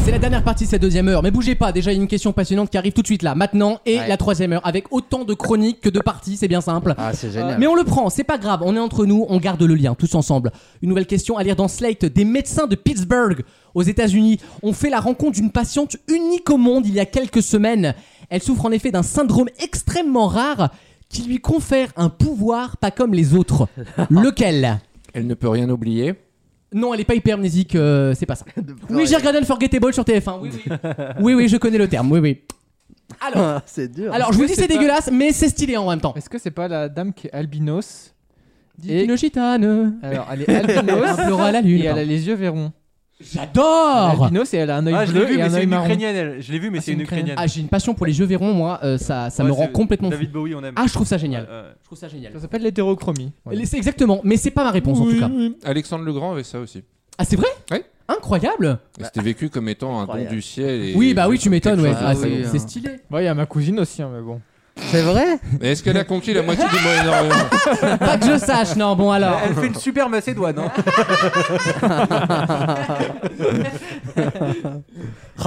S2: C'est la dernière partie de cette deuxième heure, mais bougez pas, déjà il y a une question passionnante qui arrive tout de suite là, maintenant, et
S6: Ouais.
S2: la troisième heure, avec autant de chroniques que de parties, c'est bien simple.
S6: Ah, c'est génial.
S2: mais on le prend, c'est pas grave, on est entre nous, on garde le lien, tous ensemble. Une nouvelle question à lire dans Slate, des médecins de Pittsburgh, aux États-Unis, ont fait la rencontre d'une patiente unique au monde il y a quelques semaines. Elle souffre en effet d'un syndrome extrêmement rare qui lui confère un pouvoir pas comme les autres. Lequel
S6: oh.
S7: Elle ne peut rien oublier.
S2: non, elle est pas hypermnésique, euh, c'est pas ça. Oui, j'ai regardé Unforgettable sur TF1. Oui, oui. Oui, oui, je connais le terme. Oui, oui. Alors,
S6: c'est dur.
S2: Alors, je vous dis, c'est dégueulasse, mais c'est stylé en même temps.
S3: Est-ce que c'est pas la dame qui est albinos
S2: Et... Une gitane.
S3: Alors, elle est albinos.
S2: Un pleurat à la lune.
S3: Et elle a les yeux verrons.
S2: J'adore.
S3: Albinos et elle a un œil
S2: Ah, je l'ai
S3: bleu
S2: vu,
S3: et
S2: mais
S3: un
S2: c'est
S3: œil
S2: une
S3: marron.
S2: Ukrainienne,
S4: elle. Je l'ai vu, mais c'est une Ukrainienne.
S2: Ah, j'ai une passion pour les jeux verrons, moi. euh, ça ça me
S4: Ouais,
S2: rend
S4: c'est-
S2: complètement fou.
S4: David Bowie, on aime.
S2: Ah, je trouve ça génial.
S4: Ouais, ouais.
S2: Je trouve ça génial.
S3: Ça s'appelle l'hétérochromie.
S2: Et C'est exactement, mais c'est pas ma réponse en tout cas.
S7: Alexandre le Grand avait ça aussi.
S2: Ah, c'est vrai
S7: Oui.
S2: Incroyable.
S7: Et C'était vécu comme étant un don du ciel. et-
S2: Oui, bah oui, tu m'étonnes, ouais.
S7: quelque chose
S2: Ah,
S7: de
S2: c'est
S7: très
S2: c'est
S7: beau.
S2: stylé.
S3: Ouais, il y a ma cousine aussi, hein, mais bon.
S6: C'est vrai
S7: Mais est-ce qu'elle a conquis la moitié du Moyen-Orient
S2: Pas que je sache, non, bon alors.
S4: Elle fait une super macédoine. Hein.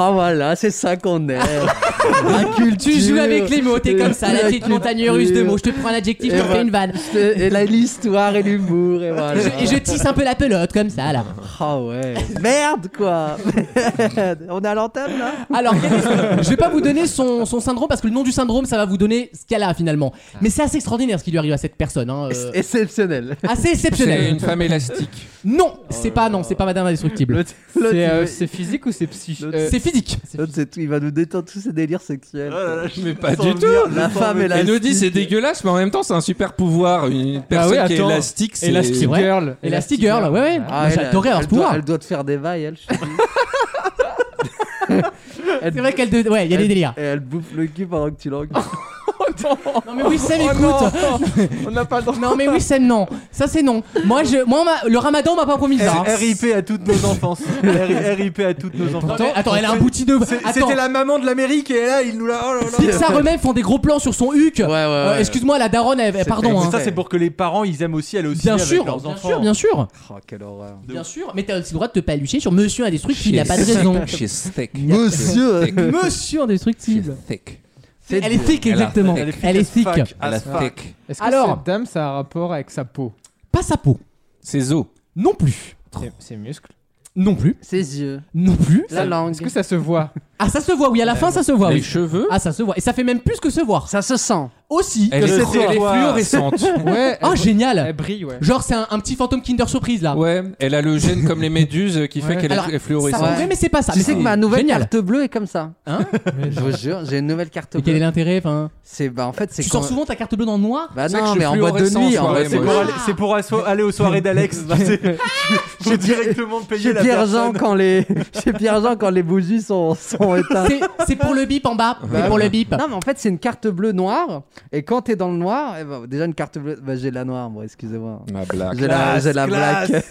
S6: Ah voilà, c'est ça qu'on aime. La culture.
S2: Tu joues avec les mots, t'es comme ça, la petite montagne russe de mots. Je te prends un adjectif, je te fais une vanne.
S6: Et la- l'histoire et l'humour, et voilà.
S2: Et je tisse un peu la pelote comme ça là.
S6: Ah ouais. Merde quoi. Merde. On est à l'antenne là
S2: Alors, quel est- je vais pas vous donner son, son syndrome parce que le nom du syndrome, ça va vous donner ce qu'elle a finalement. Mais c'est assez extraordinaire ce qui lui arrive à cette personne. hein, euh,
S6: Exceptionnel.
S2: Assez exceptionnel.
S7: C'est une femme élastique.
S2: Non, c'est pas non, c'est pas Madame Indestructible.
S3: C'est euh, c'est physique ou c'est Euh, psychique
S2: C'est physique.
S6: L'autre, c'est tout. Il va nous détendre tous ses délires
S4: Oh
S6: sexuels.
S4: Euh,
S7: Mais pas
S6: Sans
S7: du tout.
S6: venir, la femme
S7: Elle nous dit
S6: élastique.
S7: c'est dégueulasse, mais en même temps c'est un super pouvoir.
S2: Bah
S7: Une personne
S3: oui,
S7: qui est
S3: attends.
S7: élastique, c'est
S3: Elastic
S7: C'est vrai.
S3: Girl.
S2: Elastic Girl, ouais, ouais.
S6: Ah,
S2: Moi,
S6: elle,
S2: J'adorais avoir
S6: elle
S2: ce
S6: doit-
S2: pouvoir.
S6: Elle doit te faire des vailles, elle.
S2: C'est vrai qu'elle. de- Ouais, il y a des délires.
S6: Et elle bouffe le cul pendant que tu l'engueules.
S2: Non mais Wissem écoute.
S3: On n'a pas le droit.
S2: Oh, Non mais Wissem non. Ça c'est non. Moi je moi on m'a- le Ramadan on m'a pas promis ça. hein.
S4: RIP à toutes nos enfances. R- RIP à toutes nos enfances.
S2: Non, mais attends, elle a un bouti de.
S4: C'est-
S2: Attends.
S4: C'était la maman de l'Amérique et là, il nous l'a. Oh là là.
S2: Pixar eux-mêmes font des gros plans sur son huc. Euh,
S4: ouais.
S2: Excuse-moi, la daronne, elle- elle- pardon.
S4: Mais
S2: hein.
S4: Ça, c'est pour que les parents ils aiment aussi aller au ciné
S2: Bien sûr,
S4: avec leurs
S2: bien
S4: enfants.
S2: sûr, bien sûr.
S4: Oh, quelle horreur.
S2: Bien sûr, mais t'as aussi le droit de te palucher sur Monsieur Indestructible, il a pas de raison.
S7: Chez Steak.
S2: Monsieur-
S7: Chez Steak.
S2: Monsieur Indestructible.
S7: Thick.
S2: C'est- Elle est thick,
S7: Elle a
S2: exactement.
S7: thick.
S2: Elle est thick.
S7: Elle a thick.
S3: Est-ce que
S2: Alors-
S3: cette dame, ça a un rapport avec sa peau
S2: Pas sa peau.
S7: Ses os.
S2: Non plus.
S3: Ses- Ses muscles
S2: Non plus.
S6: Ses yeux.
S2: Non plus.
S6: La langue.
S3: Est-ce que ça se voit
S2: Ah, ça se voit, oui, à la fin, ça se voit.
S7: Les
S2: oui.
S7: cheveux.
S2: Ah, ça se voit. Et ça fait même plus que se voir.
S6: Ça se sent.
S2: Aussi.
S7: Elle
S2: que
S7: est,
S2: se
S7: elle est
S2: voir.
S7: fluorescente.
S3: Ouais.
S2: Ah, génial.
S3: Elle brille, ouais.
S2: Genre, c'est un, un petit fantôme Kinder Surprise là.
S7: Ouais, elle a le gène comme les méduses euh, qui fait
S3: Ouais.
S7: qu'elle
S2: Alors,
S7: est
S2: Ça
S7: fluorescente.
S2: pourrait, mais c'est pas ça.
S6: Tu
S2: Mais
S6: sais
S2: c'est
S6: que ma nouvelle
S2: génial.
S6: carte bleue est comme ça.
S2: Hein
S6: Je vous jure, j'ai une nouvelle carte
S2: Et quel est
S6: bleue.
S2: l'intérêt enfin
S6: C'est bah en fait c'est
S2: Tu sors
S6: quand-
S2: souvent ta carte bleue dans le noir
S6: Bah
S7: C'est vrai que
S6: non,
S7: je
S6: mais
S7: suis
S6: en boîte de
S7: fluorescent en
S6: nuit.
S7: soirée,
S4: C'est
S7: moi.
S4: pour, aller, c'est pour asso-
S2: Ah.
S4: aller aux soirées d'Alex. tu sais. Faut directement payer
S6: Chez
S4: la
S6: Pierre Jean
S4: personne.
S6: quand les chez Pierre Jean quand les bougies sont, sont éteintes.
S2: C'est- C'est pour le bip en bas. C'est pour le bip.
S6: Non mais en fait c'est une carte bleue noire et quand t'es dans le noir eh ben, déjà une carte bleue bah, j'ai la noire moi excusez-moi
S7: Ma blague.
S6: j'ai la,
S4: Classe,
S6: j'ai la
S4: classe.
S6: black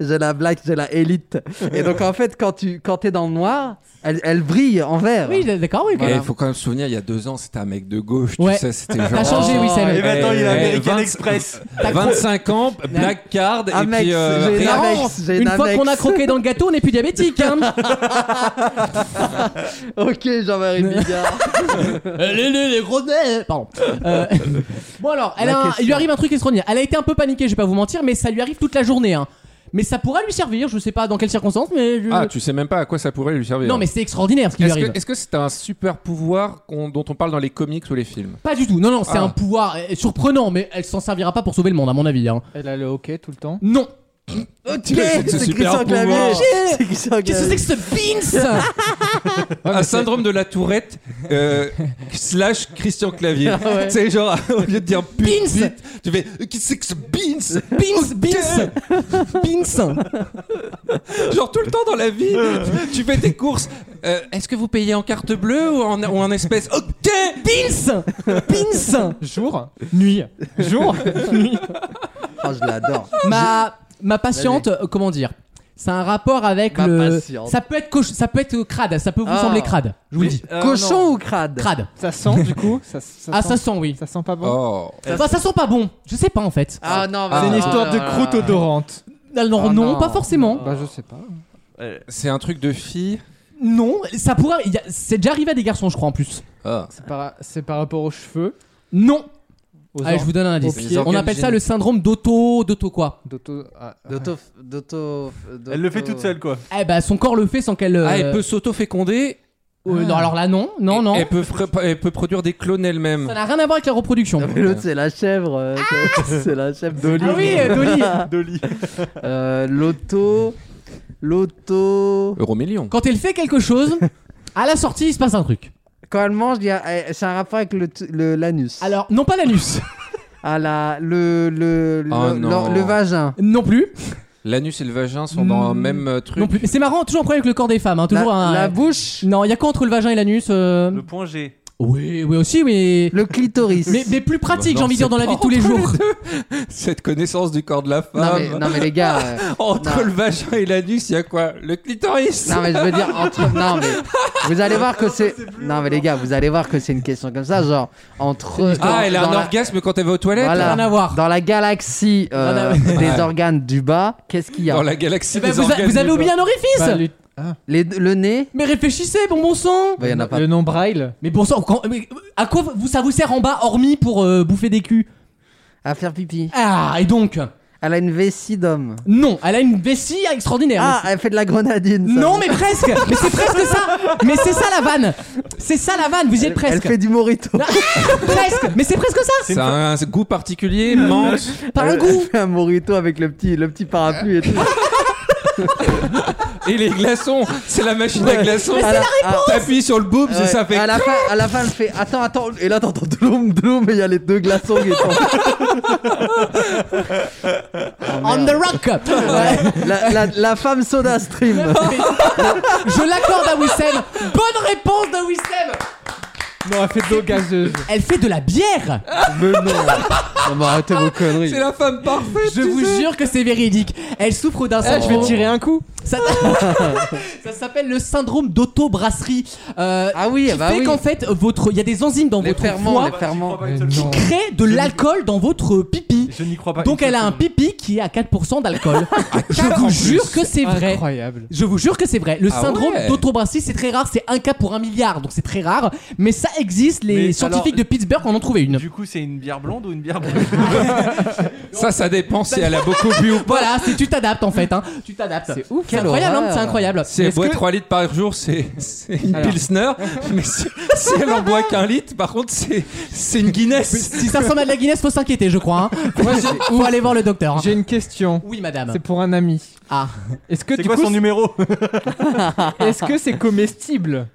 S6: j'ai la black j'ai la élite et donc en fait quand tu quand t'es dans le noir elle, elle brille en vert
S2: Oui, d'accord, oui.
S7: Il
S2: voilà.
S7: faut quand même se souvenir, il y a deux ans, c'était un mec de gauche,
S2: Ouais.
S7: tu sais, c'était genre.
S2: T'as changé, Wissem.
S4: Et maintenant, il est
S7: Eh,
S4: American
S7: 20
S4: Express.
S2: T'as cro-
S7: 25 ans, black card, et
S6: Amex,
S7: puis. euh,
S6: j'ai
S7: rien.
S6: la-
S2: Non,
S6: Amex, j'ai
S2: une
S6: une
S2: fois
S6: Amex.
S2: qu'on a croqué dans le gâteau, on n'est plus diabétique. Hein.
S6: ok Jean-Marie Bigard
S2: les, les, les gros nez. Pardon. Euh, bon alors, elle
S6: La
S2: a un-
S6: question.
S2: il lui arrive un truc extraordinaire. Elle a été un peu paniquée, je vais pas vous mentir, mais ça lui arrive toute la journée. hein. Mais ça pourra lui servir, je sais pas dans quelles circonstances, mais je-
S7: Ah, tu sais même pas à quoi ça pourrait lui servir.
S2: Mm. non, mais c'est extraordinaire ce qui lui
S7: Est-ce
S2: arrive.
S7: que- est-ce que c'est un super pouvoir qu'on- dont on parle dans les comics ou les films
S2: Pas du tout. Non, non, c'est
S7: Ah.
S2: un pouvoir euh, surprenant, mais elle s'en servira pas pour sauver le monde, à mon avis. hein.
S3: Elle a le hockey tout le temps. Euh.
S2: Non.
S6: ok c'est écrit sur un clavier c'est écrit sur un
S2: Qu'est-ce que
S6: clavier.
S2: c'est que ce Beans
S7: Un syndrome de la tourette euh, slash Christian Clavier. C'est genre, au lieu de dire pute,
S2: Ah Beans.
S7: bite, tu fais euh, Qu'est-ce que c'est que ce
S2: Beans, Beans, Beans.
S7: Beans Genre tout le temps dans la vie, tu fais tes courses. euh, Est-ce que vous payez en carte bleue ou en, ou en Oh. espèces Ok
S2: Beans Beans
S3: Jour, nuit, jour, nuit.
S6: Oh, je l'adore
S2: Ma, ma patiente, euh, comment dire C'est un rapport avec
S6: Ma
S2: le.
S6: patiente.
S2: Ça peut, être coche- ça peut être crade, ça peut vous
S6: Ah.
S2: sembler crade, je vous le dis.
S6: cochon ou crade
S2: Crade.
S3: Ça sent du coup ça, ça
S2: Ah,
S3: sent-
S2: ça sent, oui.
S3: ça sent pas bon.
S7: Oh
S2: Bah, ça sent pas bon, je sais pas en fait.
S6: ah non
S3: C'est une histoire de croûte odorante.
S2: Ah, non,
S6: Ah,
S2: non,
S6: non.
S2: pas forcément.
S3: Bah je sais pas.
S7: C'est un truc de fille
S2: Non, ça pourrait. il y a- C'est déjà arrivé à des garçons, je crois en plus.
S7: Ah.
S3: C'est par, c'est par rapport aux cheveux,
S2: Non
S3: aux
S2: Allez, je vous donne un indice.
S7: Aux pieds.
S2: On appelle ça le syndrome d'auto. d'auto quoi
S3: d'auto. ah, ah.
S6: d'auto d'auto
S4: Elle le fait toute seule, quoi.
S2: Eh ben, son corps le fait sans qu'elle. euh,
S7: Ah, elle peut s'auto-féconder
S2: euh, non, alors là, non, non,
S7: et-
S2: non.
S7: Elle peut, fra- elle peut produire des clones elle-même.
S2: Ça n'a rien à voir avec la reproduction.
S6: Non, mais l'autre, c'est la chèvre. euh, c'est- c'est la chèvre d'Oli.
S2: Ah oui, euh, Dolly.
S4: Dolly.
S6: Euh, L'auto. L'auto.
S7: Euro million.
S2: Quand elle fait quelque chose, à la sortie, il se passe un truc.
S6: Quand elle mange, il y a- euh, c'est un rapport avec le t- le- l'anus.
S2: Alors, non pas l'anus,
S6: À la. Le. Le. Le,
S7: Oh
S6: le-
S7: non.
S6: le vagin.
S2: non plus,
S7: L'anus et le vagin sont dans le
S2: Mm,
S7: même euh, truc.
S2: non plus. Mais C'est marrant, toujours un problème avec le corps des femmes, hein, toujours
S6: la,
S2: un.
S6: la bouche.
S2: Non, il y a quoi entre le vagin et l'anus euh,
S4: Le point G.
S2: Oui, oui aussi, mais.
S6: Le clitoris.
S2: Mais, mais plus pratique,
S7: Bah non,
S2: j'ai envie de dire,
S7: c'est
S2: dans la vie de
S7: pas
S2: tous les
S7: entre
S2: jours.
S7: Cette connaissance du corps de la femme.
S6: Non, mais, non, mais les gars. euh,
S7: Entre
S6: Non.
S7: le vagin et l'anus, il y a quoi Le clitoris
S6: non, mais je veux dire, entre. Non, mais. Vous allez voir que c'est. Non, mais les gars, vous allez voir que c'est une question comme ça. Genre, entre. dans-
S7: Ah, elle a
S6: dans
S7: un
S6: la-
S7: orgasme quand elle va aux toilettes
S6: Voilà.
S2: Rien à voir.
S6: Dans la galaxie euh,
S2: Ah,
S6: des organes du bas, qu'est-ce qu'il y a
S7: Dans la galaxie
S2: Eh ben,
S7: des
S2: vous, a-
S7: organes.
S2: vous avez oublié un orifice
S3: Bah, le,
S6: Les- Le nez
S2: Mais réfléchissez, bon bon sang
S6: Bah, il y en a pas.
S3: le nom braille.
S2: Mais bon sang, quand- mais à quoi vous, ça vous sert en bas, hormis pour euh, bouffer des culs
S6: À faire pipi.
S2: Ah, et donc
S6: Elle a une vessie d'homme.
S2: Non, elle a une vessie extraordinaire. mais
S6: Ah, elle fait de la grenadine. ça.
S2: Non mais presque Mais c'est presque ça Mais c'est ça la vanne C'est ça la vanne, vous y êtes
S6: Elle
S2: presque
S6: fait du morito.
S2: Non, Presque Mais c'est presque ça
S7: Ça a un goût particulier, menthe.
S2: Pas un
S6: Elle-
S2: goût Ah,
S6: Elle fait un morito avec le petit, le petit parapluie et tout.
S7: Et les glaçons, c'est la machine à glaçons.
S6: À la-
S7: T'appuies sur le boob,
S6: à-
S7: et ça fait.
S6: ah, à la, fin, à la fin, elle fait Attends, attends. Et là, t'entends Dloum, Dloum, et il y a les deux glaçons qui tombent.
S2: On the rock Ouais.
S6: La, la- la femme soda stream.
S2: Je l'accorde à Wissem Bonne réponse de Wissem
S3: elle fait de l'eau gazeuse.
S2: Elle fait de la bière
S3: Mais non Non, mais arrêtez vos conneries.
S7: C'est la femme parfaite
S2: Je vous jure que c'est véridique. Elle souffre d'un
S3: Eh, je vais tirer un coup.
S2: Ça, ça s'appelle le syndrome d'auto-brasserie. Euh, ah oui,
S6: bah
S2: fait
S6: oui.
S2: qu'en fait, votre, il y a des enzymes dans votre foie qui créent de l'alcool dans votre pipi.
S4: Euh, Je n'y crois pas.
S2: Donc elle a un pipi qui est à 4% d'alcool. Je vous jure que c'est vrai.
S3: Incroyable.
S2: Je vous jure que c'est vrai. Le
S3: Ah
S2: syndrome
S3: ouais.
S2: d'autobrasserie, c'est très rare. C'est un cas pour un milliard, donc c'est très rare. Mais ça existe. Les
S4: Mais
S2: scientifiques
S4: alors-
S2: de Pittsburgh en ont trouvé une.
S4: Du coup, c'est une bière blonde ou une bière brune
S7: Ça, ça dépend si elle a beaucoup bu ou pas.
S2: Voilà, c'est tu t'adaptes en fait. Hein. Tu t'adaptes. C'est
S6: ouf.
S2: C'est incroyable. hein, c'est incroyable.
S7: Si elle
S2: Est-ce
S7: boit
S2: que-
S7: 3 litres par jour, c'est c'est une
S2: Alors.
S7: pilsner. Mais si, si elle en boit qu'un litre, par contre, c'est c'est une Guinness.
S2: Si ça ressemble à de la Guinness, faut s'inquiéter, je crois. Hein. Faut aller voir le docteur. hein.
S3: J'ai une question.
S2: Oui, madame.
S3: C'est pour un ami.
S2: Ah.
S3: Est-ce que
S4: C'est
S3: du
S4: quoi
S3: coup,
S4: son
S3: c'est-
S4: numéro
S3: Est-ce que c'est comestible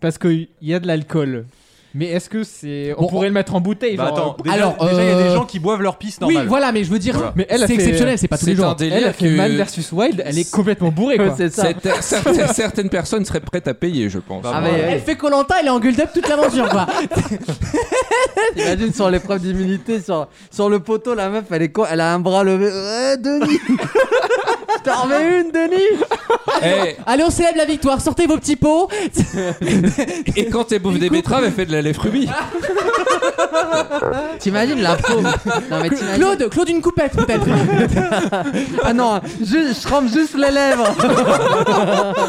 S3: Parce qu'il y a de l'alcool. Mais est-ce que c'est. On pourrait le mettre en bouteille
S4: Bah attends,
S3: genre, euh,
S4: déjà, déjà, il y a des gens qui boivent leur pisse
S2: Oui,
S4: normale.
S2: voilà, mais je veux dire,
S4: Voilà.
S3: Mais elle a
S2: c'est
S3: fait-
S2: exceptionnel, c'est pas tous les
S7: c'est un
S2: jours.
S7: délire
S3: Elle a fait
S7: que-
S3: Man versus Wild, elle est complètement bourrée quoi.
S7: Cette- certaines, certaines personnes seraient prêtes à payer, je pense.
S2: Ah, mais Elle fait Colanta, elle est en gueule up toute l'aventure, quoi.
S6: Imagine sur l'épreuve d'immunité, sur, sur le poteau, la meuf, elle est con, elle a un bras levé. Ouais, Denis Je t'en remets une, Denis
S7: Eh,
S2: Allez, on célèbre la victoire. Sortez vos petits pots.
S7: et quand elle bouffe des betteraves, elle fait de la lèvre rubis.
S6: T'imagines la pauvre Non, mais t'imagines-
S2: Claude, Claude une coupette peut-être.
S6: Ah non, je, je trempe juste les lèvres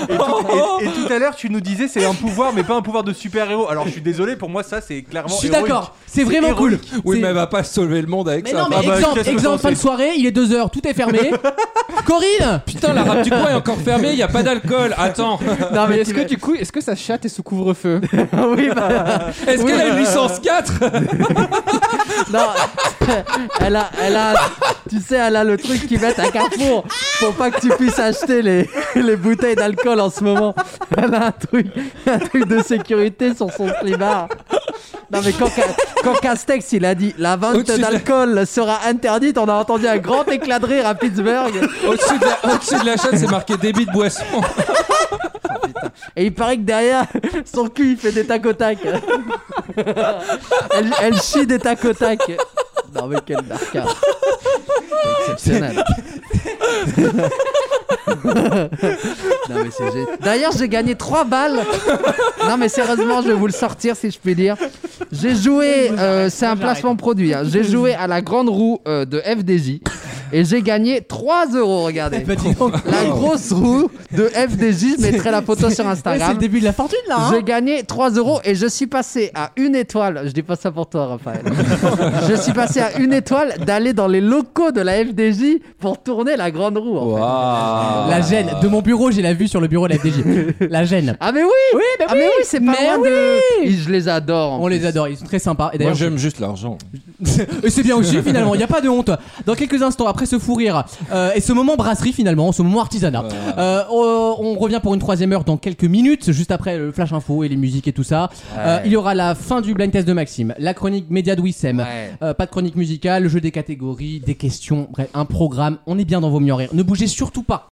S4: Et
S2: Oh,
S4: tout, et- et tout à l'heure, tu nous disais c'est un pouvoir, mais pas un pouvoir de super-héros. Alors, je suis désolé, pour moi, ça, c'est clairement.
S2: Je suis d'accord. C'est vraiment cool.
S7: Oui,
S2: C'est-
S7: mais elle va pas sauver le monde avec
S2: Mais
S7: ça.
S2: non, mais
S7: Ah bah,
S2: exemple,
S7: qu'est-ce que
S2: exemple,
S7: t'en
S2: fin de
S7: sais
S2: soirée, il est 2h, tout est fermé. Corinne
S7: Putain, Bah, la rap du coin est encore fermée, y a pas d'alcool. Attends.
S3: Non mais est-ce que du coup, est-ce que sa chatte est sous couvre-feu
S6: Oui, bah,
S7: Est-ce
S6: Oui,
S7: qu'elle a une
S6: bah,
S7: licence 4
S6: Non, elle a, elle a, tu sais, elle a le truc qu'ils mettent à Carrefour pour pas que tu puisses acheter les, les bouteilles d'alcool en ce moment. Elle a un truc, un truc de sécurité sur son slibard. Non mais quand, Ca- quand Castex il a dit la vente
S7: Au-dessus de la-
S6: d'alcool sera interdite, on a entendu un grand éclat de rire à Pittsburgh.
S7: Au-dessus de, la- au-dessus de la chatte, c'est marqué débit de boisson.
S6: Et il paraît que derrière, son cul, il fait des tac au tac. elle, elle chie des tac au tac. Non, mais quel barcard. C'est exceptionnel. non, mais c'est génial. D'ailleurs, j'ai gagné 3 balles. Non, mais sérieusement, je vais vous le sortir si je puis dire. J'ai joué, euh, c'est un placement produit, hein. j'ai joué à la grande roue euh, de FDJ. Et j'ai gagné 3 euros, regardez. La grosse roue de FDJ, je mettrai la photo sur
S2: Ouais, c'est le
S6: Instagram.
S2: début de la fortune là. hein.
S6: J'ai gagné 3 euros et je suis passé à une étoile. Je dis pas ça pour toi, Raphaël. je suis passé à une étoile d'aller dans les locaux de la FDJ pour tourner la grande roue. en fait.
S2: La gêne. De mon bureau, j'ai la vue sur le bureau de la FDJ. la gêne.
S6: Ah, mais oui!
S2: mais
S6: Ah, mais oui, c'est pas
S2: Mais
S6: loin de. Et je les adore. en
S2: On
S6: plus.
S2: les adore, ils sont très sympas. Et
S7: Moi,
S2: d'ailleurs,
S7: j'aime juste l'argent.
S2: Et c'est bien aussi finalement, il n'y a pas de honte. Dans quelques instants, après ce fou rire euh, et ce moment brasserie finalement, ce moment artisanat, euh, on, on revient pour une troisième heure dans quelques minutes, juste après le flash info et les musiques et tout ça. Euh, il y aura la fin du blind test de Maxime, la chronique média de Wissem, euh, pas de chronique musicale, le jeu des catégories, des questions, bref, un programme. On est bien dans vos mieux en rire. Ne bougez surtout pas.